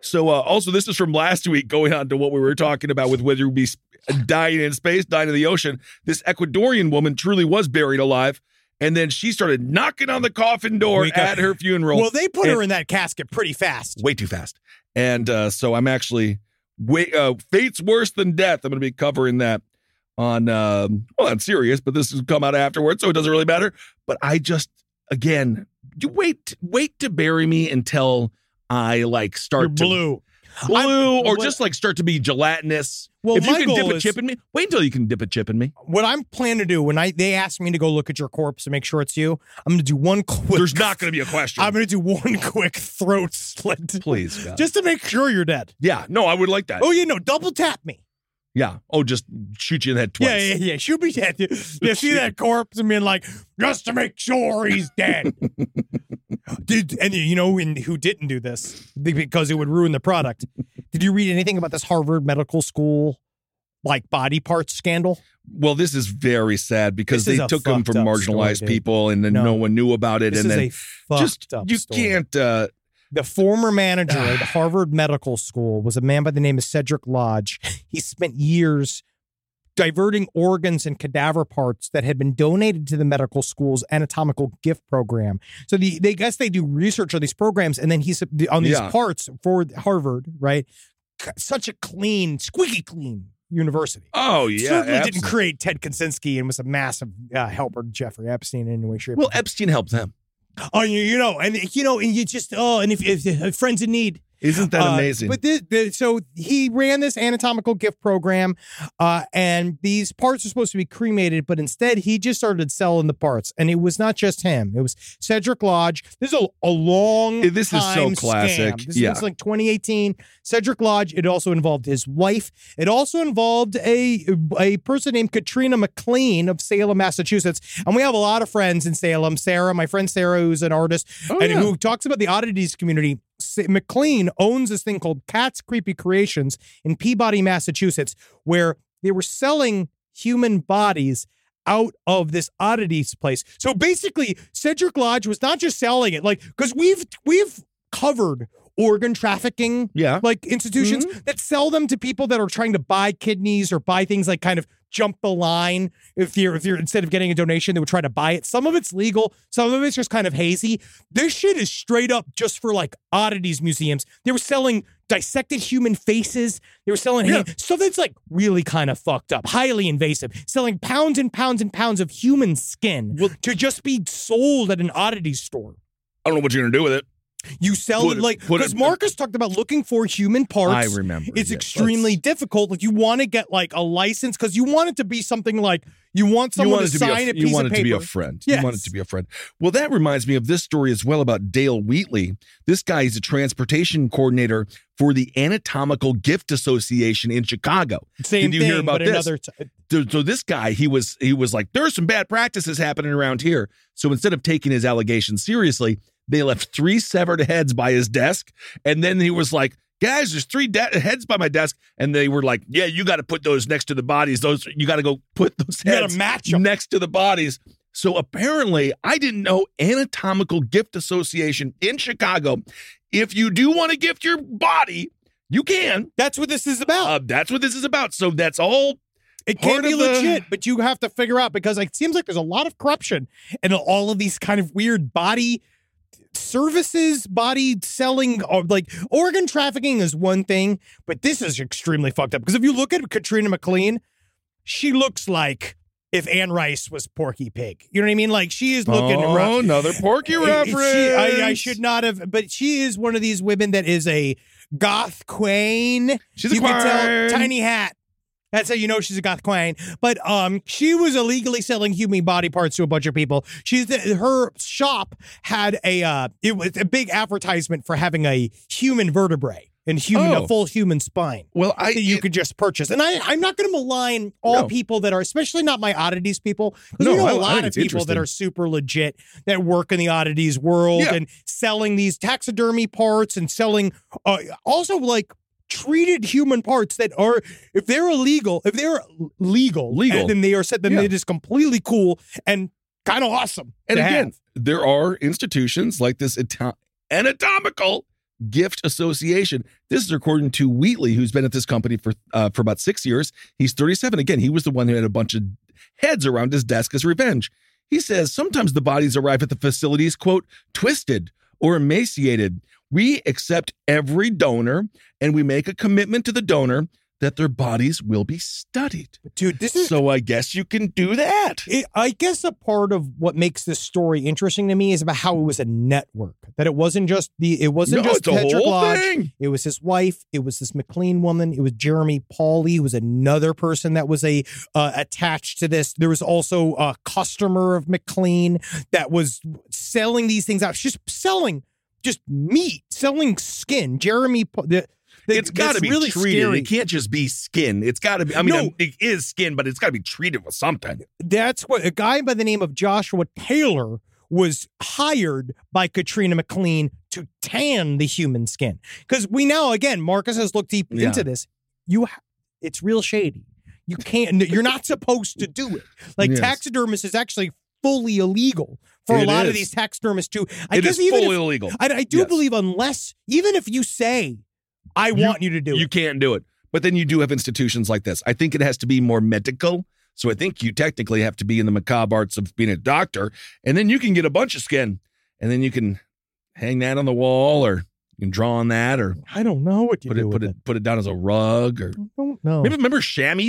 [SPEAKER 4] So, uh, also, this is from last week going on to what we were talking about with whether we dying in space, dying in the ocean. This Ecuadorian woman truly was buried alive. And then she started knocking on the coffin door
[SPEAKER 3] We got-
[SPEAKER 4] at her funeral.
[SPEAKER 3] Well, they put
[SPEAKER 4] And-
[SPEAKER 3] her in that casket pretty fast.
[SPEAKER 4] way too fast. And uh, so I'm actually way, uh, fate's worse than death. I'm going to be covering that on um, well, on serious, but this has come out afterwards, so it doesn't really matter. But I just again, you wait, wait to bury me until I like
[SPEAKER 3] You're
[SPEAKER 4] start to
[SPEAKER 3] blue.
[SPEAKER 4] blue,
[SPEAKER 3] I'm-
[SPEAKER 4] or
[SPEAKER 3] what-
[SPEAKER 4] just like start to be gelatinous.
[SPEAKER 3] Well,
[SPEAKER 4] if you
[SPEAKER 3] my
[SPEAKER 4] can dip
[SPEAKER 3] goal
[SPEAKER 4] a
[SPEAKER 3] is-
[SPEAKER 4] chip in me, wait until you can dip a chip in me.
[SPEAKER 3] What I'm planning to do when I they asked me to go look at your corpse and make sure it's you, I'm going to do one quick.
[SPEAKER 4] There's not going to be a question.
[SPEAKER 3] I'm going to do one quick throat slit
[SPEAKER 4] Please, God.
[SPEAKER 3] just to make sure you're dead.
[SPEAKER 4] yeah, no, I would like that.
[SPEAKER 3] Oh, you know, double tap me.
[SPEAKER 4] yeah. Oh, just shoot you in the head twice.
[SPEAKER 3] Yeah, yeah, yeah. She'll be dead. You see that corpse and being like, just to make sure he's dead. Did and you know in, who didn't do this because it would ruin the product? Did you read anything about this Harvard Medical School like body parts scandal?
[SPEAKER 4] Well, this is very sad because
[SPEAKER 3] This is
[SPEAKER 4] they
[SPEAKER 3] a
[SPEAKER 4] took them from
[SPEAKER 3] fucked up story,
[SPEAKER 4] marginalized
[SPEAKER 3] dude.
[SPEAKER 4] people, and then no.
[SPEAKER 3] No.
[SPEAKER 4] one knew about it,
[SPEAKER 3] This
[SPEAKER 4] and
[SPEAKER 3] is
[SPEAKER 4] then
[SPEAKER 3] a fucked
[SPEAKER 4] just
[SPEAKER 3] up
[SPEAKER 4] you
[SPEAKER 3] story.
[SPEAKER 4] can't. Uh,
[SPEAKER 3] The former manager at Harvard Medical School was a man by the name of Cedric Lodge. He spent years diverting organs and cadaver parts that had been donated to the medical school's anatomical gift program. So the, they guess they do research on these programs, and then he's on these
[SPEAKER 4] Yeah.
[SPEAKER 3] parts for Harvard, right? C- Such a clean, squeaky clean university.
[SPEAKER 4] oh yeah,
[SPEAKER 3] Certainly
[SPEAKER 4] Epstein.
[SPEAKER 3] didn't create Ted Kaczynski and was a massive uh, helper to Jeffrey Epstein in any way, shape, or
[SPEAKER 4] well, Epstein helped them.
[SPEAKER 3] Oh, you, you know, and you know, and you just oh, and if, if, if friends in need,
[SPEAKER 4] Isn't that
[SPEAKER 3] Uh,
[SPEAKER 4] amazing?
[SPEAKER 3] But this, this, so he ran this anatomical gift program, uh, and these parts are supposed to be cremated, but instead he just started selling the parts, and it was not just him; it was Cedric Lodge. This is a, a long.
[SPEAKER 4] Eh, this is so
[SPEAKER 3] time
[SPEAKER 4] classic.
[SPEAKER 3] Scam. This
[SPEAKER 4] Yeah.
[SPEAKER 3] was like 2018. Cedric Lodge. It also involved his wife. It also involved a a person named Katrina McLean of Salem, Massachusetts, and we have a lot of friends in Salem. Sarah, my friend Sarah, who's an artist, and
[SPEAKER 4] Oh, yeah.
[SPEAKER 3] who talks about the oddities community. S- McLean owns this thing called Cat's Creepy Creations in Peabody, Massachusetts, where they were selling human bodies out of this oddities place. So basically, Cedric Lodge was not just selling it, like because we've we've covered organ trafficking
[SPEAKER 4] yeah, Mm-hmm.
[SPEAKER 3] like institutions that sell them to people that are trying to buy kidneys or buy things like kind of jump the line if you're if you're instead of getting a donation they would try to buy it some of it's legal some of it's just kind of hazy this shit is straight up just for like oddities museums they were selling dissected human faces they were selling
[SPEAKER 4] Yeah.
[SPEAKER 3] hand- stuff that's like really kind of fucked up highly invasive selling pounds and pounds and pounds of human skin to just be sold at an oddity store
[SPEAKER 4] I don't know what you're gonna do with it.
[SPEAKER 3] you sell
[SPEAKER 4] Put
[SPEAKER 3] it
[SPEAKER 4] it-
[SPEAKER 3] like
[SPEAKER 4] put it-
[SPEAKER 3] because Marcus talked about looking for human parts.
[SPEAKER 4] I remember.
[SPEAKER 3] It's
[SPEAKER 4] yes.
[SPEAKER 3] extremely
[SPEAKER 4] Let's-
[SPEAKER 3] difficult. Like you want to get like a license because you want it to be something like you want
[SPEAKER 4] You
[SPEAKER 3] someone
[SPEAKER 4] want, it
[SPEAKER 3] to
[SPEAKER 4] to be
[SPEAKER 3] sign
[SPEAKER 4] a,
[SPEAKER 3] a, piece
[SPEAKER 4] you want
[SPEAKER 3] of
[SPEAKER 4] it to
[SPEAKER 3] paper.
[SPEAKER 4] be a friend. You want it
[SPEAKER 3] Yes.
[SPEAKER 4] to be a friend. Well, that reminds me of this story as well about Dale Wheatley. This guy is a transportation coordinator for the Anatomical Gift Association in Chicago.
[SPEAKER 3] Same
[SPEAKER 4] Did you
[SPEAKER 3] thing,
[SPEAKER 4] hear about
[SPEAKER 3] but
[SPEAKER 4] this?
[SPEAKER 3] another t-
[SPEAKER 4] so, so this guy he was he was like there's some bad practices happening around here so instead of taking his allegations seriously they left three severed heads by his desk and then he was like guys there's three de- heads by my desk and they were like yeah you got to put those next to the bodies those you got to go put those
[SPEAKER 3] You gotta
[SPEAKER 4] heads
[SPEAKER 3] match 'em.
[SPEAKER 4] next to the bodies so apparently i didn't know anatomical gift association in chicago if you do want to gift your body you can
[SPEAKER 3] That's what this is about.
[SPEAKER 4] uh, that's what this is about so that's all
[SPEAKER 3] It can
[SPEAKER 4] Part
[SPEAKER 3] be
[SPEAKER 4] of the-
[SPEAKER 3] legit, but you have to figure out because it seems like there's a lot of corruption and all of these kind of weird body services, body selling, or like organ trafficking is one thing, but this is extremely fucked up. Because if you look at Katrina McLean, she looks like if Anne Rice was Porky Pig. You know what I mean? Like she is looking
[SPEAKER 4] oh,
[SPEAKER 3] rough.
[SPEAKER 4] another Porky reference.
[SPEAKER 3] She- I, I should not have, but she is one of these women that is a goth queen.
[SPEAKER 4] She's a
[SPEAKER 3] you can tell
[SPEAKER 4] queen.
[SPEAKER 3] tiny hat. That's how you know she's a goth queen. But um, she was illegally selling human body parts to a bunch of people. She's the, her shop had a uh, it was a big advertisement for having a human vertebrae and human
[SPEAKER 4] Oh.
[SPEAKER 3] a full human spine
[SPEAKER 4] Well, I
[SPEAKER 3] that you could just purchase. And I, I'm not going to malign all
[SPEAKER 4] No.
[SPEAKER 3] people that are, especially not my oddities people. Because
[SPEAKER 4] No,
[SPEAKER 3] we know
[SPEAKER 4] I-
[SPEAKER 3] a
[SPEAKER 4] I think
[SPEAKER 3] lot of
[SPEAKER 4] it's
[SPEAKER 3] people that
[SPEAKER 4] interesting.
[SPEAKER 3] are super legit that work in the oddities world
[SPEAKER 4] Yeah.
[SPEAKER 3] and selling these taxidermy parts and selling uh, also like treated human parts that are if they're illegal if they're legal
[SPEAKER 4] Legal.
[SPEAKER 3] and then they are said then
[SPEAKER 4] Yeah.
[SPEAKER 3] it is completely cool and kind of awesome
[SPEAKER 4] And
[SPEAKER 3] to
[SPEAKER 4] again,
[SPEAKER 3] have.
[SPEAKER 4] there are institutions like this Ita- anatomical gift association. This is according to Wheatley, who's been at this company for uh, for about six years. He's 37. Again, he was the one who had a bunch of heads around his desk as revenge. He says sometimes the bodies arrive at the facilities, quote, twisted or emaciated. We accept every donor and we make a commitment to the donor that their bodies will be studied.
[SPEAKER 3] dude this is
[SPEAKER 4] So I guess you can do that.
[SPEAKER 3] It, I guess a part of what makes this story interesting to me is about how it was a network. That it wasn't just the it wasn't
[SPEAKER 4] No,
[SPEAKER 3] just
[SPEAKER 4] it's a
[SPEAKER 3] Patrick
[SPEAKER 4] whole
[SPEAKER 3] Lodge.
[SPEAKER 4] thing.
[SPEAKER 3] It was his wife. It was this McLean woman. It was Jeremy Pauly, who was another person that was a uh, attached to this. There was also a customer of McLean that was selling these things out. She's selling just meat, selling skin. Jeremy, Pa- the, the,
[SPEAKER 4] it's got to
[SPEAKER 3] that's
[SPEAKER 4] be
[SPEAKER 3] really
[SPEAKER 4] treated.
[SPEAKER 3] Scary.
[SPEAKER 4] It can't just be skin. It's got to be. I mean,
[SPEAKER 3] No.
[SPEAKER 4] I'm- it is skin, but it's got to be treated with something.
[SPEAKER 3] that's what a guy by the name of Joshua Taylor was hired by Katrina McLean to tan the human skin. Because we now, again, Marcus has looked deep
[SPEAKER 4] Yeah.
[SPEAKER 3] into this. You, ha- it's real shady. You can't. You're not supposed to do it. Like
[SPEAKER 4] Yes.
[SPEAKER 3] taxidermist is actually fully illegal for a
[SPEAKER 4] It
[SPEAKER 3] lot of
[SPEAKER 4] is.
[SPEAKER 3] these taxidermists too. I
[SPEAKER 4] It
[SPEAKER 3] guess
[SPEAKER 4] is
[SPEAKER 3] even
[SPEAKER 4] fully
[SPEAKER 3] if,
[SPEAKER 4] illegal.
[SPEAKER 3] I, I do
[SPEAKER 4] Yes.
[SPEAKER 3] believe unless even if you say, I want you to do
[SPEAKER 4] You
[SPEAKER 3] it.
[SPEAKER 4] can't do it. But then you do have institutions like this. I think it has to be more medical. So I think you technically have to be in the macabre arts of being a doctor, and then you can get a bunch of skin, and then you can hang that on the wall, or you can draw on that, or
[SPEAKER 3] I don't know what you
[SPEAKER 4] put
[SPEAKER 3] do
[SPEAKER 4] it
[SPEAKER 3] with
[SPEAKER 4] put it, put it down as a rug, or
[SPEAKER 3] I don't know.
[SPEAKER 4] maybe remember chamois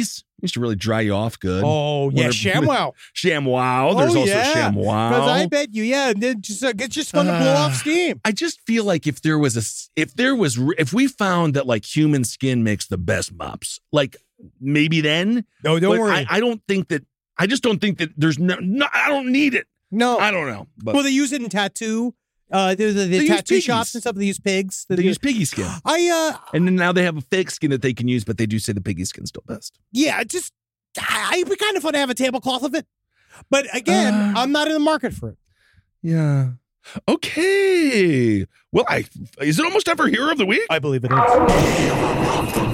[SPEAKER 4] used to really dry you off good.
[SPEAKER 3] oh yeah,
[SPEAKER 4] Wonder-
[SPEAKER 3] ShamWow.
[SPEAKER 4] ShamWow. There's
[SPEAKER 3] Oh,
[SPEAKER 4] also
[SPEAKER 3] yeah.
[SPEAKER 4] ShamWow.
[SPEAKER 3] Because I bet you, yeah, they're just uh, it's just fun to blow
[SPEAKER 4] Oh. Ah.
[SPEAKER 3] off steam.
[SPEAKER 4] I just feel like if there was a s- if there was r- if we found that like human skin makes the best mops, like maybe then.
[SPEAKER 3] No, don't
[SPEAKER 4] But
[SPEAKER 3] worry.
[SPEAKER 4] I, I don't think that. I just don't think that there's no. no I don't need it.
[SPEAKER 3] no,
[SPEAKER 4] I don't know. But
[SPEAKER 3] Oh. well, they use it in tattoo. Uh, the, the, the
[SPEAKER 4] They use
[SPEAKER 3] tattoo
[SPEAKER 4] piggies.
[SPEAKER 3] shops and stuff. They use pigs.
[SPEAKER 4] they, use piggy skin,
[SPEAKER 3] I uh,
[SPEAKER 4] and then now they have a fake skin that they can use, but they do say the piggy skin's still best.
[SPEAKER 3] yeah, it just I, it'd be kind of fun to have a tablecloth of it. But again,
[SPEAKER 4] Uh.
[SPEAKER 3] I'm not in the market for it.
[SPEAKER 4] Yeah. Okay. Well, I is it almost time for hero of the week?
[SPEAKER 3] I believe it is.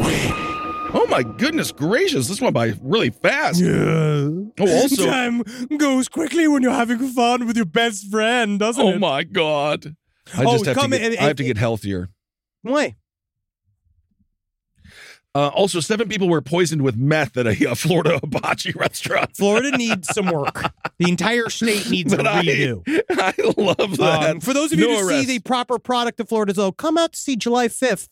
[SPEAKER 4] Oh my goodness gracious! This went by really fast. Oh, also,
[SPEAKER 3] time goes quickly when you're having fun with your best friend, doesn't
[SPEAKER 4] oh
[SPEAKER 3] it?
[SPEAKER 4] my god! I
[SPEAKER 3] Oh,
[SPEAKER 4] just have to
[SPEAKER 3] come
[SPEAKER 4] get,
[SPEAKER 3] in-
[SPEAKER 4] I have to get healthier.
[SPEAKER 3] Why?
[SPEAKER 4] Uh, also, seven people were poisoned with meth at a uh, Florida hibachi restaurant.
[SPEAKER 3] Florida needs some work. The entire state needs a
[SPEAKER 4] But I-
[SPEAKER 3] redo.
[SPEAKER 4] I love that.
[SPEAKER 3] Um, for those of you
[SPEAKER 4] No
[SPEAKER 3] to
[SPEAKER 4] arrest.
[SPEAKER 3] see the proper product of Florida Zoo, come out to see July 5th.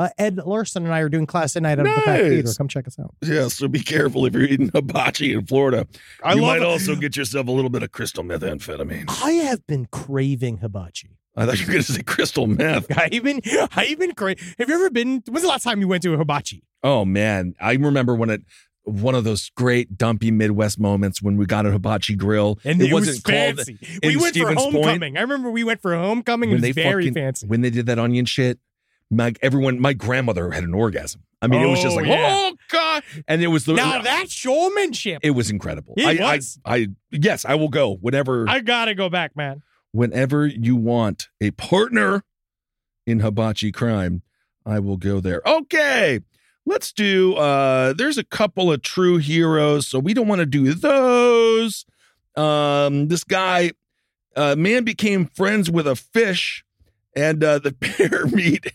[SPEAKER 3] Uh, Ed Larson and I are doing class tonight out of the Pack
[SPEAKER 4] Nice.
[SPEAKER 3] Theater. Come check us out.
[SPEAKER 4] yeah, so be careful if you're eating hibachi in Florida.
[SPEAKER 3] I
[SPEAKER 4] you
[SPEAKER 3] love
[SPEAKER 4] might
[SPEAKER 3] it.
[SPEAKER 4] also get yourself a little bit of crystal methamphetamine.
[SPEAKER 3] I have been craving hibachi.
[SPEAKER 4] I thought you were going to say crystal meth.
[SPEAKER 3] I've been, I've been cra- Have you ever been? When's the last time you went to a hibachi?
[SPEAKER 4] Oh man, I remember when it one of those great dumpy Midwest moments when we got a hibachi grill.
[SPEAKER 3] And it, was
[SPEAKER 4] wasn't called
[SPEAKER 3] fancy. we
[SPEAKER 4] in
[SPEAKER 3] went
[SPEAKER 4] Stevens
[SPEAKER 3] for
[SPEAKER 4] Point.
[SPEAKER 3] homecoming. I remember we went for homecoming. it was very
[SPEAKER 4] fucking-
[SPEAKER 3] fancy.
[SPEAKER 4] when they did that onion shit. My everyone, my grandmother had an orgasm. I mean, it was just
[SPEAKER 3] Oh,
[SPEAKER 4] like,
[SPEAKER 3] yeah.
[SPEAKER 4] oh god! And it was the
[SPEAKER 3] now that's showmanship.
[SPEAKER 4] It was incredible.
[SPEAKER 3] It
[SPEAKER 4] I,
[SPEAKER 3] was.
[SPEAKER 4] I, I, yes, I will go whenever,
[SPEAKER 3] I gotta go back, man.
[SPEAKER 4] whenever you want a partner in hibachi crime. I will go there. Okay, let's do. uh There's a couple of true heroes, so we don't want to do those. uh, Um, this guy, a man became friends with a fish and uh, the pair meet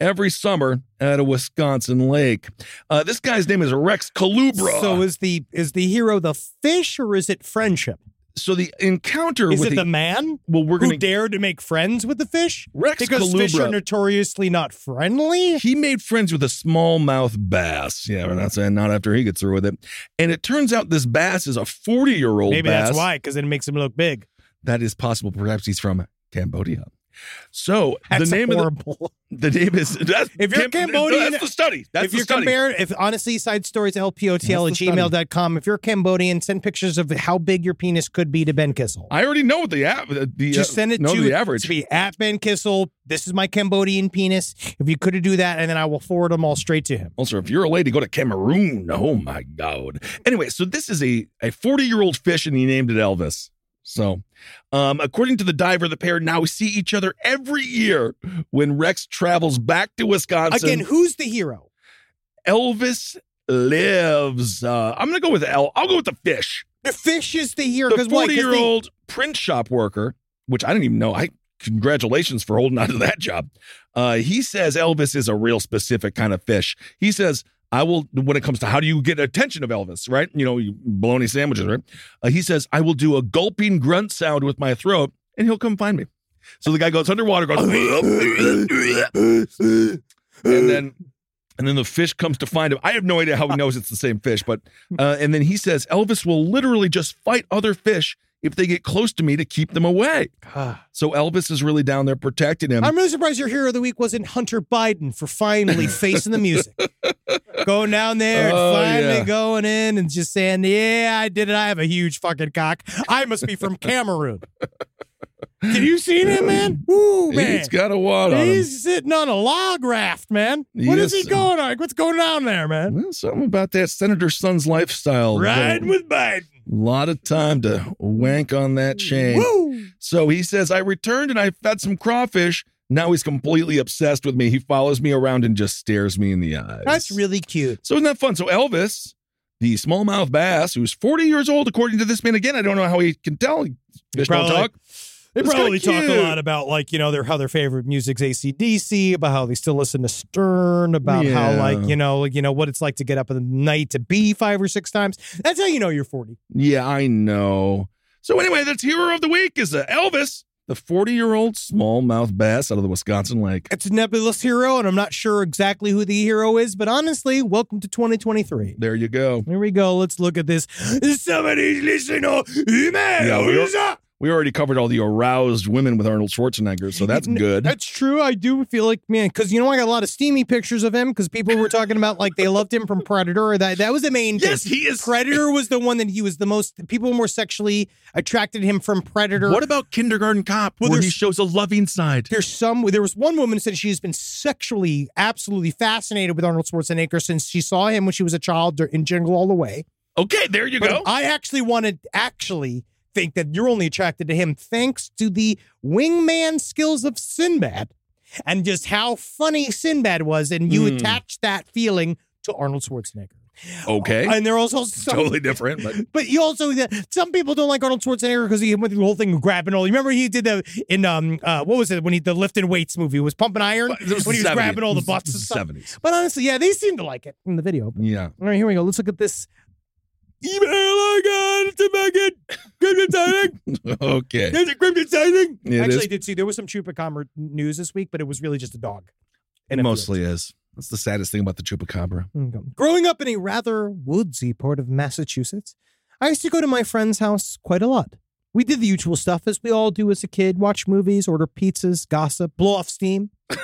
[SPEAKER 4] every summer at a Wisconsin lake. Uh, this guy's name is Rex Calubra.
[SPEAKER 3] So is the is the hero the fish or is it friendship?
[SPEAKER 4] So the encounter
[SPEAKER 3] Is
[SPEAKER 4] with
[SPEAKER 3] it the man
[SPEAKER 4] well, we're
[SPEAKER 3] who
[SPEAKER 4] gonna
[SPEAKER 3] dared to make friends with the fish?
[SPEAKER 4] Rex
[SPEAKER 3] because fish
[SPEAKER 4] Kalubra.
[SPEAKER 3] are notoriously not friendly.
[SPEAKER 4] he made friends with a smallmouth bass. Yeah,
[SPEAKER 3] Mm-hmm.
[SPEAKER 4] we're not saying not after he gets through with it. And it turns out this bass is a 40 year old.
[SPEAKER 3] Maybe that's why, because it makes him look big.
[SPEAKER 4] That is possible. Perhaps he's from Cambodia. So
[SPEAKER 3] That's
[SPEAKER 4] the name of
[SPEAKER 3] horrible.
[SPEAKER 4] the, the name is that's,
[SPEAKER 3] If you're Cambodian-
[SPEAKER 4] That's the study. That's
[SPEAKER 3] if
[SPEAKER 4] the
[SPEAKER 3] you're
[SPEAKER 4] study.
[SPEAKER 3] compared, if honestly, side stories lpotl at
[SPEAKER 4] That's the
[SPEAKER 3] gmail.com. If you're Cambodian, send pictures of how big your penis could be to Ben Kissel.
[SPEAKER 4] I already know what the av- the
[SPEAKER 3] Just
[SPEAKER 4] uh,
[SPEAKER 3] send it
[SPEAKER 4] know
[SPEAKER 3] to
[SPEAKER 4] the average.
[SPEAKER 3] to be at Ben Kissel. This is my Cambodian penis. If you could do that, and then I will forward them all straight to him.
[SPEAKER 4] Also, if you're a lady, go to Cameroon. Oh my God. Anyway, so this is a a 40 year old fish, and he named it Elvis. So, um, according to the diver, the pair now see each other every year when Rex travels back to Wisconsin.
[SPEAKER 3] Again, who's the hero?
[SPEAKER 4] Elvis lives. Uh, I'm gonna go with L. I'll go with the fish.
[SPEAKER 3] The fish is the hero.
[SPEAKER 4] The
[SPEAKER 3] Because
[SPEAKER 4] 40 year old print shop worker, which I didn't even know. I congratulations for holding on to that job. Uh, he says Elvis is a real specific kind of fish. He says. I will, when it comes to how do you get attention of Elvis, right? You know, you bologna sandwiches, right? Uh, he says, I will do a gulping grunt sound with my throat and he'll come find me. So the guy goes underwater, goes, and then and then the fish comes to find him. I have no idea how he knows it's the same fish, but uh, and then he says Elvis will literally just fight other fish if they get close to me to keep them away. So Elvis is really down there protecting him.
[SPEAKER 3] I'm really surprised your hero of the week wasn't Hunter Biden for finally facing the music. going down there and
[SPEAKER 4] Oh,
[SPEAKER 3] finally
[SPEAKER 4] yeah.
[SPEAKER 3] going in and just saying, Yeah, I did it. I have a huge fucking cock. I must be from Cameroon. Can you see him, man? Woo, man.
[SPEAKER 4] He's got a wad on him.
[SPEAKER 3] He's sitting on a log raft, man. What is
[SPEAKER 4] Yes,
[SPEAKER 3] he
[SPEAKER 4] sir.
[SPEAKER 3] going on? What's going down there, man?
[SPEAKER 4] Well, something about that senator's son's lifestyle.
[SPEAKER 3] Riding with Biden.
[SPEAKER 4] a lot of time to wank on that chain.
[SPEAKER 3] Woo!
[SPEAKER 4] So he says, I returned and I fed some crawfish. Now he's completely obsessed with me. He follows me around and just stares me in the eyes.
[SPEAKER 3] That's really cute.
[SPEAKER 4] So isn't that fun? So Elvis, the smallmouth bass, who's 40 years old, according to this man again, I don't know how he can tell. Fish don't
[SPEAKER 3] Probably-
[SPEAKER 4] talk.
[SPEAKER 3] They
[SPEAKER 4] That's
[SPEAKER 3] probably
[SPEAKER 4] kinda
[SPEAKER 3] talk a
[SPEAKER 4] cute.
[SPEAKER 3] lot about like you know their how their favorite music's ACDC, about how they still listen to Stern, about how
[SPEAKER 4] Yeah.
[SPEAKER 3] like you know like, you know what it's like to get up in the night to be five or six times. That's how you know you're forty.
[SPEAKER 4] Yeah, I know. So anyway, that's hero of the week is uh, Elvis, the 40 year old smallmouth bass out of the Wisconsin lake.
[SPEAKER 3] It's a nebulous hero, and I'm not sure exactly who the hero is, but honestly, welcome to 2023.
[SPEAKER 4] There you go.
[SPEAKER 3] Here we go. Let's look at this. Somebody's listening to
[SPEAKER 4] Yeah, we
[SPEAKER 3] emails.
[SPEAKER 4] We already covered all the aroused women with Arnold Schwarzenegger, so that's
[SPEAKER 3] N-
[SPEAKER 4] good.
[SPEAKER 3] That's true. I do feel like man, because you know I got a lot of steamy pictures of him because people were talking about like they loved him from Predator. That that was the main thing.
[SPEAKER 4] Yes, he is.
[SPEAKER 3] Predator was the one that he was the most people were more sexually attracted to him from Predator.
[SPEAKER 4] What about Kindergarten Cop,
[SPEAKER 3] Well,
[SPEAKER 4] where he
[SPEAKER 3] there's-
[SPEAKER 4] shows a loving side?
[SPEAKER 3] there's some there was one woman who said she's been sexually absolutely fascinated with Arnold Schwarzenegger since she saw him when she was a child dur- in Jingle All the Way.
[SPEAKER 4] Okay, there you
[SPEAKER 3] But
[SPEAKER 4] go.
[SPEAKER 3] I actually wanted actually think that you're only attracted to him thanks to the wingman skills of Sinbad and just how funny Sinbad was, and you
[SPEAKER 4] Hmm.
[SPEAKER 3] attach that feeling to Arnold Schwarzenegger.
[SPEAKER 4] okay,
[SPEAKER 3] And there are also some,
[SPEAKER 4] totally different, but
[SPEAKER 3] but you also uh, some people don't like Arnold Schwarzenegger because he went through the whole thing of grabbing all. You remember he did the in um uh what was it when he the lifting weights movie it was pumping iron
[SPEAKER 4] But this was
[SPEAKER 3] when he was
[SPEAKER 4] 70s.
[SPEAKER 3] grabbing all the
[SPEAKER 4] This
[SPEAKER 3] butts and
[SPEAKER 4] was
[SPEAKER 3] stuff.
[SPEAKER 4] 70s.
[SPEAKER 3] But honestly, yeah, they seem to like it in the video.
[SPEAKER 4] Yeah.
[SPEAKER 3] All right, here we go. Let's look at this email I got to make it crypto signing.
[SPEAKER 4] Okay.
[SPEAKER 3] Is it crypto signing?
[SPEAKER 4] It
[SPEAKER 3] Actually,
[SPEAKER 4] is.
[SPEAKER 3] I did see there was some Chupacabra news this week, but it was really just a dog.
[SPEAKER 4] It
[SPEAKER 3] a
[SPEAKER 4] mostly is. That's the saddest thing about the chupacabra.
[SPEAKER 3] field. Mm, go. Growing up in a rather woodsy part of Massachusetts, I used to go to my friend's house quite a lot. We did the usual stuff as we all do as a kid watch movies, order pizzas, gossip, blow off steam.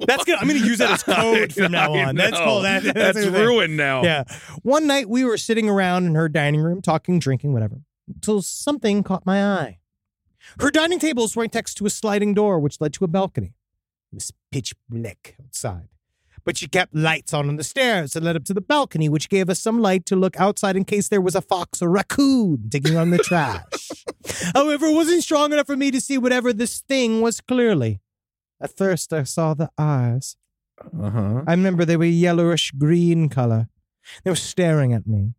[SPEAKER 3] That's good. I'm going to use that as code from now
[SPEAKER 4] I
[SPEAKER 3] on. That's
[SPEAKER 4] know.
[SPEAKER 3] called that.
[SPEAKER 4] That's,
[SPEAKER 3] the thing.
[SPEAKER 4] ruined now.
[SPEAKER 3] Yeah. One night we were sitting around in her dining room, talking, drinking, whatever, until something caught my eye. Her dining table is right next to a sliding door, which led to a balcony. It was pitch black outside, but she kept lights on on the stairs that led up to the balcony, which gave us some light to look outside in case there was a fox or raccoon digging on the trash. However, it wasn't strong enough for me to see whatever this thing was clearly. At first, I saw the eyes.
[SPEAKER 4] Uh-huh.
[SPEAKER 3] I remember they were yellowish green color. They were staring at me.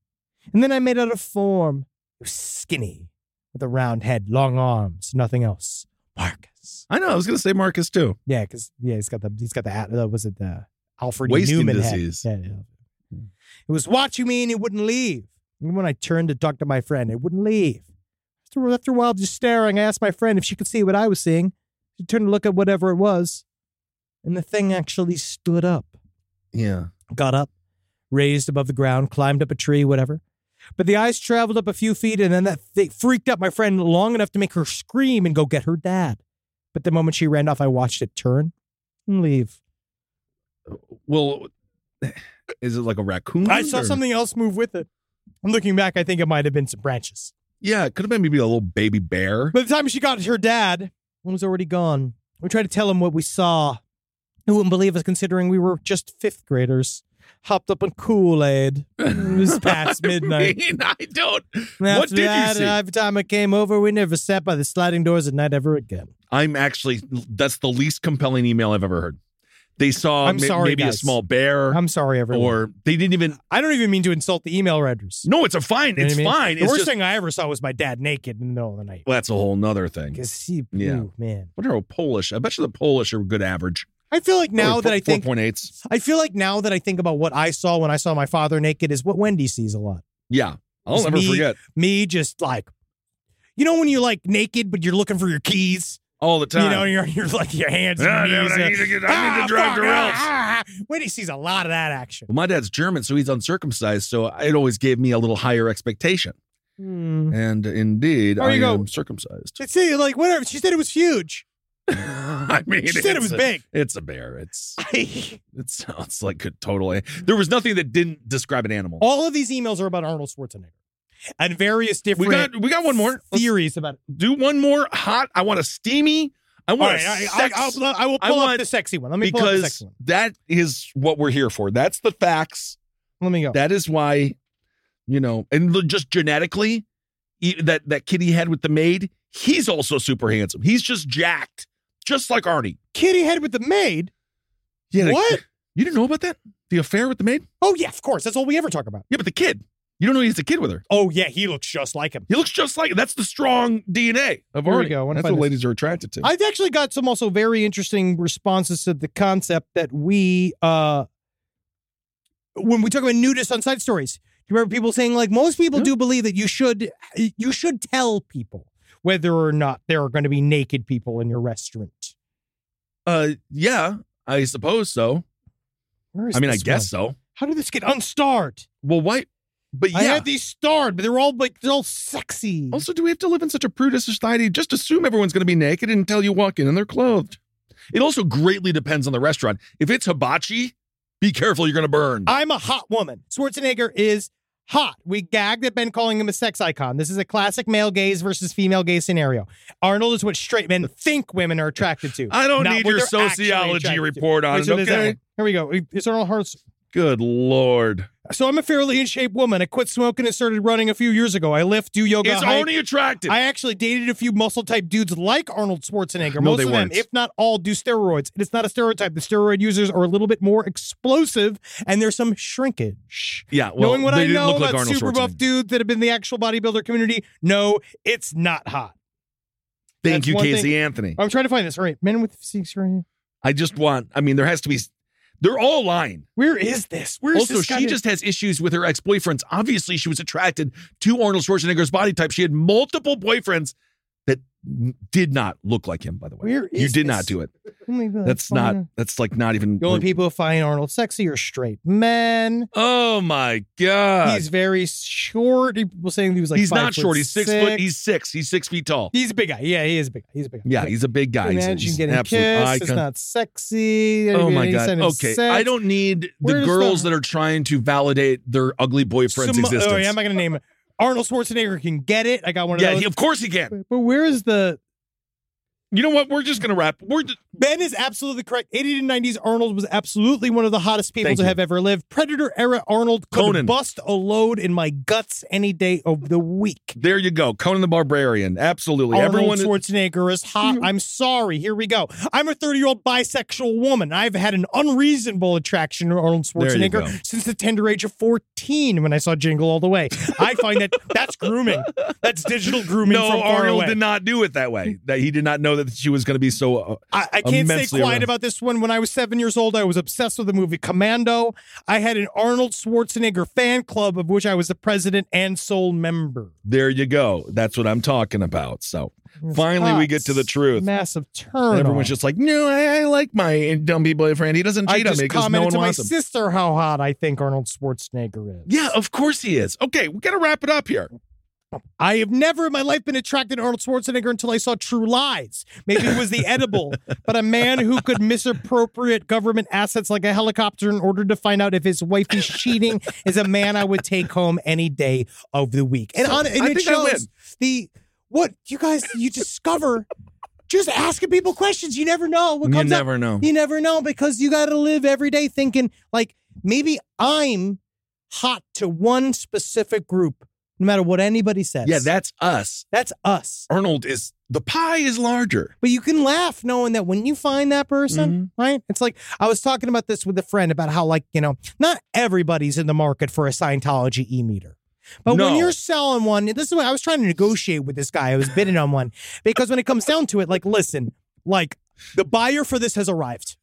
[SPEAKER 3] And then I made out a form. It was skinny, with a round head, long arms, nothing else. Marcus. Marcus.
[SPEAKER 4] I know. I was going to say Marcus too.
[SPEAKER 3] Yeah, because yeah, he's got the he's got the hat. Uh, was it the Alfred E.
[SPEAKER 4] Wasting
[SPEAKER 3] Newman hat?
[SPEAKER 4] disease.
[SPEAKER 3] Yeah, yeah. It was watching me and it wouldn't leave. And when I turned to talk to my friend, it wouldn't leave. After, after a while, just staring, I asked my friend if she could see what I was seeing. She turned to look at whatever it was, and the thing actually stood up.
[SPEAKER 4] Yeah.
[SPEAKER 3] got up, raised above the ground, climbed up a tree, whatever. But the eyes traveled up a few feet, and then that thing freaked out my friend long enough to make her scream and go get her dad. But the moment she ran off, I watched it turn and leave.
[SPEAKER 4] Well, is it like a raccoon?
[SPEAKER 3] I saw
[SPEAKER 4] or-
[SPEAKER 3] something else move with it. I'm looking back, I think it might have been some branches.
[SPEAKER 4] Yeah, it could have been maybe a little baby bear.
[SPEAKER 3] By the time she got her dad, one was already gone. We tried to tell him what we saw. He wouldn't believe us considering we were just fifth graders. Hopped up on Kool Aid. It was past midnight.
[SPEAKER 4] I mean, I don't.
[SPEAKER 3] And
[SPEAKER 4] What
[SPEAKER 3] after
[SPEAKER 4] did you
[SPEAKER 3] that,
[SPEAKER 4] see?
[SPEAKER 3] Every time I came over, we never sat by the sliding doors at night ever again.
[SPEAKER 4] I'm actually. That's the least compelling email I've ever heard. They saw
[SPEAKER 3] I'm
[SPEAKER 4] ma-
[SPEAKER 3] sorry,
[SPEAKER 4] maybe a
[SPEAKER 3] guys.
[SPEAKER 4] small bear,
[SPEAKER 3] I'm sorry, everyone.
[SPEAKER 4] or they didn't even.
[SPEAKER 3] I don't even mean to insult the email readers.
[SPEAKER 4] No, it's a fine.
[SPEAKER 3] You know
[SPEAKER 4] It's
[SPEAKER 3] what I mean?
[SPEAKER 4] fine.
[SPEAKER 3] The
[SPEAKER 4] It's
[SPEAKER 3] worst
[SPEAKER 4] just,
[SPEAKER 3] thing I ever saw was my dad naked in the middle of the night.
[SPEAKER 4] well, that's a whole nother thing. I
[SPEAKER 3] Because he,
[SPEAKER 4] Yeah.
[SPEAKER 3] ooh, man,
[SPEAKER 4] wonder how Polish. I bet you the Polish are good average.
[SPEAKER 3] I feel
[SPEAKER 4] Oh,
[SPEAKER 3] like now that I think,
[SPEAKER 4] four point eights.
[SPEAKER 3] I feel like now that I think about what I saw when I saw my father naked is what Wendy sees a lot.
[SPEAKER 4] Yeah, I'll
[SPEAKER 3] It's
[SPEAKER 4] never
[SPEAKER 3] me-
[SPEAKER 4] forget
[SPEAKER 3] Me just like, you know, when you like naked but you're looking for your keys,
[SPEAKER 4] all the time.
[SPEAKER 3] you know, you're, you're like your hands. and
[SPEAKER 4] Ah, damn it,
[SPEAKER 3] knees,
[SPEAKER 4] I
[SPEAKER 3] uh,
[SPEAKER 4] need to get- I need to drive
[SPEAKER 3] fuck,
[SPEAKER 4] to Ralph's.
[SPEAKER 3] ah, ah. Wendy sees a lot of that action.
[SPEAKER 4] Well, my dad's German, so he's uncircumcised, so it always gave me a little higher expectation. And indeed,
[SPEAKER 3] There
[SPEAKER 4] I
[SPEAKER 3] Hmm. you go.
[SPEAKER 4] am circumcised.
[SPEAKER 3] They say like whatever. She said it was huge.
[SPEAKER 4] I mean,
[SPEAKER 3] She said it
[SPEAKER 4] it's
[SPEAKER 3] was
[SPEAKER 4] a-
[SPEAKER 3] big.
[SPEAKER 4] It's a bear. It's
[SPEAKER 3] I-
[SPEAKER 4] it sounds like a total. a- There was nothing that didn't describe an animal.
[SPEAKER 3] All of these emails are about Arnold Schwarzenegger and various
[SPEAKER 4] we
[SPEAKER 3] different
[SPEAKER 4] got we got one more. Let's
[SPEAKER 3] theories about. It.
[SPEAKER 4] do one more hot. I want a steamy. I
[SPEAKER 3] All
[SPEAKER 4] want
[SPEAKER 3] right,
[SPEAKER 4] a
[SPEAKER 3] I,
[SPEAKER 4] sex-
[SPEAKER 3] I, I'll, I will
[SPEAKER 4] I
[SPEAKER 3] pull up
[SPEAKER 4] want-
[SPEAKER 3] the sexy one. Let me pull up the
[SPEAKER 4] because
[SPEAKER 3] sexy one.
[SPEAKER 4] that is what we're here for. That's the facts.
[SPEAKER 3] Let me go.
[SPEAKER 4] That is why, you know, and look, just genetically, e- that that kid he had with the maid, he's also super handsome. He's just jacked, just like Arnie.
[SPEAKER 3] Kitty head with the maid.
[SPEAKER 4] He had a-
[SPEAKER 3] What?
[SPEAKER 4] you didn't know about that? The affair with the maid?
[SPEAKER 3] Oh yeah, of course. That's all we ever talk about.
[SPEAKER 4] Yeah, but the kid. You don't know he's a kid with her.
[SPEAKER 3] Oh yeah, he looks just like him.
[SPEAKER 4] He looks just like that's the strong DNA of
[SPEAKER 3] Here we
[SPEAKER 4] Arnie.
[SPEAKER 3] go. I wanna
[SPEAKER 4] That's
[SPEAKER 3] find
[SPEAKER 4] what
[SPEAKER 3] this.
[SPEAKER 4] ladies are attracted to.
[SPEAKER 3] I've actually got some also very interesting responses to the concept that we, uh, when we talk about nudists on side stories, you remember people saying like most people do believe that you should you should tell people whether or not there are going to be naked people in your restaurant.
[SPEAKER 4] uh, yeah, I suppose so.
[SPEAKER 3] Where is
[SPEAKER 4] I mean, I
[SPEAKER 3] this
[SPEAKER 4] guess
[SPEAKER 3] one?
[SPEAKER 4] so.
[SPEAKER 3] How did this get unstarred?
[SPEAKER 4] Well, why? But
[SPEAKER 3] I
[SPEAKER 4] yeah.
[SPEAKER 3] had these starred, but they're all like they're all sexy.
[SPEAKER 4] Also, do we have to live in such a prudish society? Just assume everyone's going to be naked until you walk in and they're clothed. It also greatly depends on the restaurant. If it's hibachi, be careful, you're going to burn.
[SPEAKER 3] I'm a hot woman. Schwarzenegger is hot. We gagged at Ben calling him a sex icon. This is a classic male gaze versus female gaze scenario. Arnold is what straight men think women are attracted to.
[SPEAKER 4] I don't
[SPEAKER 3] not
[SPEAKER 4] need
[SPEAKER 3] what
[SPEAKER 4] your
[SPEAKER 3] they're actually
[SPEAKER 4] sociology
[SPEAKER 3] attracted to.
[SPEAKER 4] report on
[SPEAKER 3] Wait,
[SPEAKER 4] it,
[SPEAKER 3] so there's that
[SPEAKER 4] okay?
[SPEAKER 3] one. Here we go. It's Arnold Hart's.
[SPEAKER 4] Good lord.
[SPEAKER 3] So I'm a fairly in shape woman. I quit smoking and started running a few years ago. Oh, I lift, do yoga.
[SPEAKER 4] It's
[SPEAKER 3] hike.
[SPEAKER 4] only attractive.
[SPEAKER 3] I actually dated a few muscle type dudes like Arnold Schwarzenegger.
[SPEAKER 4] No,
[SPEAKER 3] Most
[SPEAKER 4] they
[SPEAKER 3] of
[SPEAKER 4] weren't.
[SPEAKER 3] them, if not all, do steroids. It's not a stereotype. The steroid users are a little bit more explosive, and there's some shrinkage.
[SPEAKER 4] yeah, well,
[SPEAKER 3] Knowing what I
[SPEAKER 4] they didn't
[SPEAKER 3] know
[SPEAKER 4] look like
[SPEAKER 3] about
[SPEAKER 4] Arnold
[SPEAKER 3] super buff
[SPEAKER 4] Schwarzenegger.
[SPEAKER 3] dudes that have been in the actual bodybuilder community, no, it's not hot.
[SPEAKER 4] Thank
[SPEAKER 3] That's
[SPEAKER 4] you,
[SPEAKER 3] one
[SPEAKER 4] Casey
[SPEAKER 3] thing-
[SPEAKER 4] Anthony.
[SPEAKER 3] I'm trying to find this. All right, men with six.
[SPEAKER 4] I just want, I mean, there has to be, they're all lying.
[SPEAKER 3] Where is this? Where's
[SPEAKER 4] also,
[SPEAKER 3] this guy?
[SPEAKER 4] she just has issues with her ex boyfriends. Obviously, she was attracted to Arnold Schwarzenegger's body type. She had multiple boyfriends that did not look like him, by the way.
[SPEAKER 3] Where
[SPEAKER 4] you
[SPEAKER 3] is
[SPEAKER 4] did
[SPEAKER 3] this?
[SPEAKER 4] not do it.
[SPEAKER 3] Oh my God,
[SPEAKER 4] That's
[SPEAKER 3] I'm
[SPEAKER 4] not.
[SPEAKER 3] fine.
[SPEAKER 4] That's like not even.
[SPEAKER 3] The only people who find Arnold sexy are straight men.
[SPEAKER 4] Oh my god!
[SPEAKER 3] he's
[SPEAKER 4] He's,
[SPEAKER 3] very short. People saying he was like five
[SPEAKER 4] not
[SPEAKER 3] foot
[SPEAKER 4] short. Uh, He's six, foot. He's six. He's six feet tall.
[SPEAKER 3] He's a big guy. Yeah, he is a big. Guy. He's a big. Guy.
[SPEAKER 4] Yeah, he's a big guy. He's-
[SPEAKER 3] Imagine
[SPEAKER 4] he's an
[SPEAKER 3] getting
[SPEAKER 4] absolute
[SPEAKER 3] kissed. It's
[SPEAKER 4] icon.
[SPEAKER 3] not sexy.
[SPEAKER 4] Oh my
[SPEAKER 3] Any
[SPEAKER 4] god!
[SPEAKER 3] sign of
[SPEAKER 4] Okay,
[SPEAKER 3] sex.
[SPEAKER 4] I don't need
[SPEAKER 3] Where
[SPEAKER 4] the
[SPEAKER 3] does
[SPEAKER 4] girls
[SPEAKER 3] the-
[SPEAKER 4] that are trying to validate their ugly boyfriend's
[SPEAKER 3] Some-
[SPEAKER 4] existence.
[SPEAKER 3] Oh, yeah, I'm not gonna name it. Arnold Schwarzenegger can get it. I got one of
[SPEAKER 4] yeah,
[SPEAKER 3] those.
[SPEAKER 4] he, of course he can.
[SPEAKER 3] but where is the
[SPEAKER 4] You know what? We're just gonna wrap. We're just,
[SPEAKER 3] Ben is absolutely correct. 80 to 90s Arnold was absolutely one of the hottest people
[SPEAKER 4] Thank
[SPEAKER 3] to
[SPEAKER 4] you.
[SPEAKER 3] have ever lived. Predator era Arnold could
[SPEAKER 4] Conan.
[SPEAKER 3] bust a load in my guts any day of the week.
[SPEAKER 4] there. You go, Conan the Barbarian. Absolutely, everyone.
[SPEAKER 3] Arnold Schwarzenegger is hot. I'm sorry. Here we go. I'm a 30 year old bisexual woman. I've had an unreasonable attraction to Arnold
[SPEAKER 4] There you
[SPEAKER 3] Schwarzenegger
[SPEAKER 4] go.
[SPEAKER 3] since the tender age of 14 when I saw Jingle All the Way. I find that that's grooming. That's digital grooming.
[SPEAKER 4] no,
[SPEAKER 3] from far
[SPEAKER 4] Arnold
[SPEAKER 3] away.
[SPEAKER 4] did not do it that way. That he did not know that that she was going to be so. Uh,
[SPEAKER 3] I, I can't stay
[SPEAKER 4] immensely
[SPEAKER 3] quiet
[SPEAKER 4] around.
[SPEAKER 3] about this one. When I was seven years old, I was obsessed with the movie Commando. I had an Arnold Schwarzenegger fan club of which I was the president and sole member.
[SPEAKER 4] There you go. That's what I'm talking about. So finally, we get to the
[SPEAKER 3] That's
[SPEAKER 4] truth.
[SPEAKER 3] Massive turn.
[SPEAKER 4] And everyone's just like, no, I, I like my dumpy boyfriend. He doesn't
[SPEAKER 3] I
[SPEAKER 4] cheat on
[SPEAKER 3] just
[SPEAKER 4] me because no
[SPEAKER 3] commented
[SPEAKER 4] one
[SPEAKER 3] to my
[SPEAKER 4] wants him.
[SPEAKER 3] sister how hot I think Arnold Schwarzenegger is.
[SPEAKER 4] yeah, of course he is. Okay, we got to wrap it up here.
[SPEAKER 3] I have never in my life been attracted to Arnold Schwarzenegger until I saw True Lies. Maybe it was the edible, but a man who could misappropriate government assets like a helicopter in order to find out if his wife is cheating is a man I would take home any day of the week. And, on, and
[SPEAKER 4] I
[SPEAKER 3] it
[SPEAKER 4] think I win.
[SPEAKER 3] shows the what you guys you discover just asking people questions. You never know what
[SPEAKER 4] You
[SPEAKER 3] comes up.
[SPEAKER 4] never know.
[SPEAKER 3] You never know because you got to live every day thinking like maybe I'm hot to one specific group, no matter what anybody says.
[SPEAKER 4] Yeah, that's us.
[SPEAKER 3] that's us.
[SPEAKER 4] Arnold is the pie is larger.
[SPEAKER 3] But you can laugh knowing that when you find that person,
[SPEAKER 4] Mm-hmm.
[SPEAKER 3] right? It's like I was talking about this with a friend about how like you know not everybody's in the market for a Scientology e meter. But when
[SPEAKER 4] No.
[SPEAKER 3] you're selling one, this is what I was trying to negotiate with this guy. I was bidding on one because when it comes down to it, like, listen, like the buyer for this has arrived.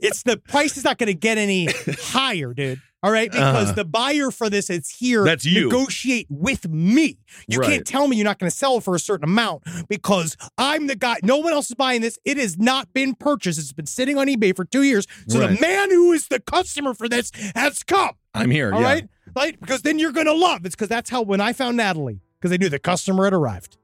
[SPEAKER 3] It's the price is not going to get any higher, dude. All right, because
[SPEAKER 4] Uh-huh.
[SPEAKER 3] the buyer for this is here.
[SPEAKER 4] That's you.
[SPEAKER 3] Negotiate with me. You
[SPEAKER 4] Right.
[SPEAKER 3] can't tell me you're not going to sell for a certain amount because I'm the guy. No one else is buying this. It has not been purchased. It's been sitting on eBay for two years. So
[SPEAKER 4] Right.
[SPEAKER 3] the man who is the customer for this has come.
[SPEAKER 4] I'm here.
[SPEAKER 3] All
[SPEAKER 4] yeah.
[SPEAKER 3] right, right? Because then you're gonna love. It's because that's how when I found Natalie, because I knew the customer had arrived.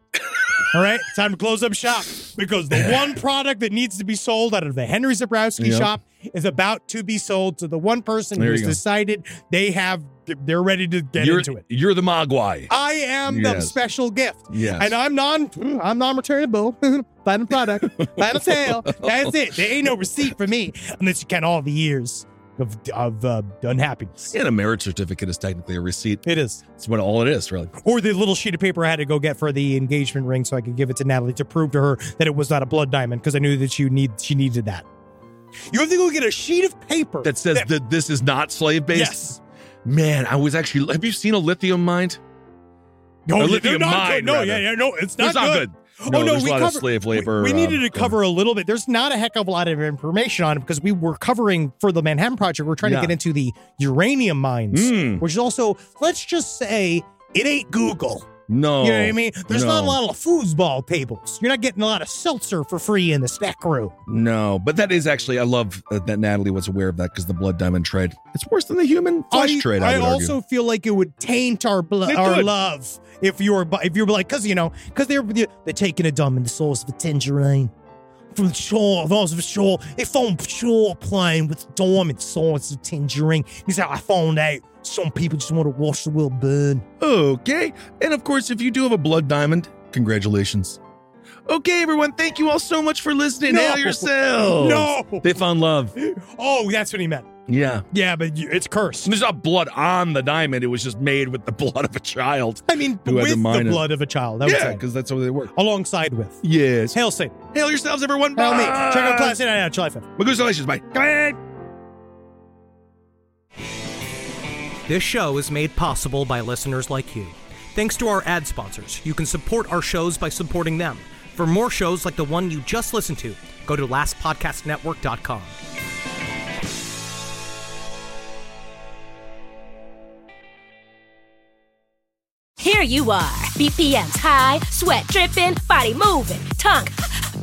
[SPEAKER 3] All right, time to close up shop because the one product that needs to be sold out of the Henry Zabrowski
[SPEAKER 4] Yep.
[SPEAKER 3] shop is about to be sold to the one person
[SPEAKER 4] There
[SPEAKER 3] who's
[SPEAKER 4] you go.
[SPEAKER 3] decided they have they're ready to get
[SPEAKER 4] you're,
[SPEAKER 3] into it.
[SPEAKER 4] You're the Mogwai.
[SPEAKER 3] I am the
[SPEAKER 4] Yes.
[SPEAKER 3] special gift.
[SPEAKER 4] Yes.
[SPEAKER 3] And I'm non I'm non returnable. Final product. Final sale. That's it. There ain't no receipt for me unless you count all the years of of uh, unhappiness.
[SPEAKER 4] And a marriage certificate is technically a receipt.
[SPEAKER 3] It is.
[SPEAKER 4] It's what all it is, really.
[SPEAKER 3] or the little sheet of paper I had to go get for the engagement ring so I could give it to Natalie to prove to her that it was not a blood diamond because I knew that she need she needed that. You have to go get a sheet of paper
[SPEAKER 4] That says that, this is not slave based.
[SPEAKER 3] Yes.
[SPEAKER 4] Man, I was actually. Have you seen a lithium mine?
[SPEAKER 3] No,
[SPEAKER 4] Or
[SPEAKER 3] yeah,
[SPEAKER 4] lithium
[SPEAKER 3] they're not
[SPEAKER 4] mine,
[SPEAKER 3] good. No,
[SPEAKER 4] rather.
[SPEAKER 3] yeah, yeah, no, it's not,
[SPEAKER 4] It's not good. No,
[SPEAKER 3] oh no,
[SPEAKER 4] there's
[SPEAKER 3] we
[SPEAKER 4] a lot
[SPEAKER 3] covered
[SPEAKER 4] of slave
[SPEAKER 3] we-
[SPEAKER 4] labor.
[SPEAKER 3] We, needed
[SPEAKER 4] um,
[SPEAKER 3] to cover a little bit. There's not a heck of a lot of information on it because we were covering for the Manhattan Project. We're trying
[SPEAKER 4] Yeah.
[SPEAKER 3] to get into the uranium mines,
[SPEAKER 4] Mm.
[SPEAKER 3] which is also let's just say it ain't Google.
[SPEAKER 4] No.
[SPEAKER 3] You know what I mean? There's not a
[SPEAKER 4] Oh, No.
[SPEAKER 3] lot of foosball tables. You're not getting a lot of seltzer for free in the snack room.
[SPEAKER 4] No, but that is actually I love uh, that Natalie was aware of that because the blood diamond trade it's worse than the human flesh
[SPEAKER 3] I,
[SPEAKER 4] trade.
[SPEAKER 3] I
[SPEAKER 4] I, would
[SPEAKER 3] also
[SPEAKER 4] argue.
[SPEAKER 3] feel like it would taint our bl-
[SPEAKER 4] It
[SPEAKER 3] our
[SPEAKER 4] could.
[SPEAKER 3] love if you were bu- if you were like because you know because they're they're taking a dumb in the source of a tangerine from the shore, those of the shore. They found shore playing with dormant source of tangerine. He's how I found out some people just want to watch the world burn.
[SPEAKER 4] okay, and of course, if you do have a blood diamond, congratulations. Okay, everyone, thank you all so much for listening.
[SPEAKER 3] No.
[SPEAKER 4] Hail yourselves.
[SPEAKER 3] No.
[SPEAKER 4] they found love.
[SPEAKER 3] Oh, that's what he meant.
[SPEAKER 4] Yeah,
[SPEAKER 3] Yeah, but you, it's cursed.
[SPEAKER 4] there's not blood on the diamond. It was just made with the blood of a child.
[SPEAKER 3] I mean,
[SPEAKER 4] Who had
[SPEAKER 3] with the
[SPEAKER 4] to mine it?
[SPEAKER 3] blood of a child. I would
[SPEAKER 4] yeah,
[SPEAKER 3] say.
[SPEAKER 4] because that's how they work.
[SPEAKER 3] alongside with.
[SPEAKER 4] Yes.
[SPEAKER 3] Hail Satan. Ah.
[SPEAKER 4] Hail yourselves, everyone.
[SPEAKER 3] Hail me.
[SPEAKER 4] Bye.
[SPEAKER 3] Check out Class Night Out, July 5th.
[SPEAKER 4] Congratulations. Bye. Come in.
[SPEAKER 5] This show is made possible by listeners like you. Thanks to our ad sponsors, you can support our shows by supporting them. For more shows like the one you just listened to, go to lastpodcastnetwork.com.
[SPEAKER 8] Here you are, BPMs high, sweat dripping, body moving, tongue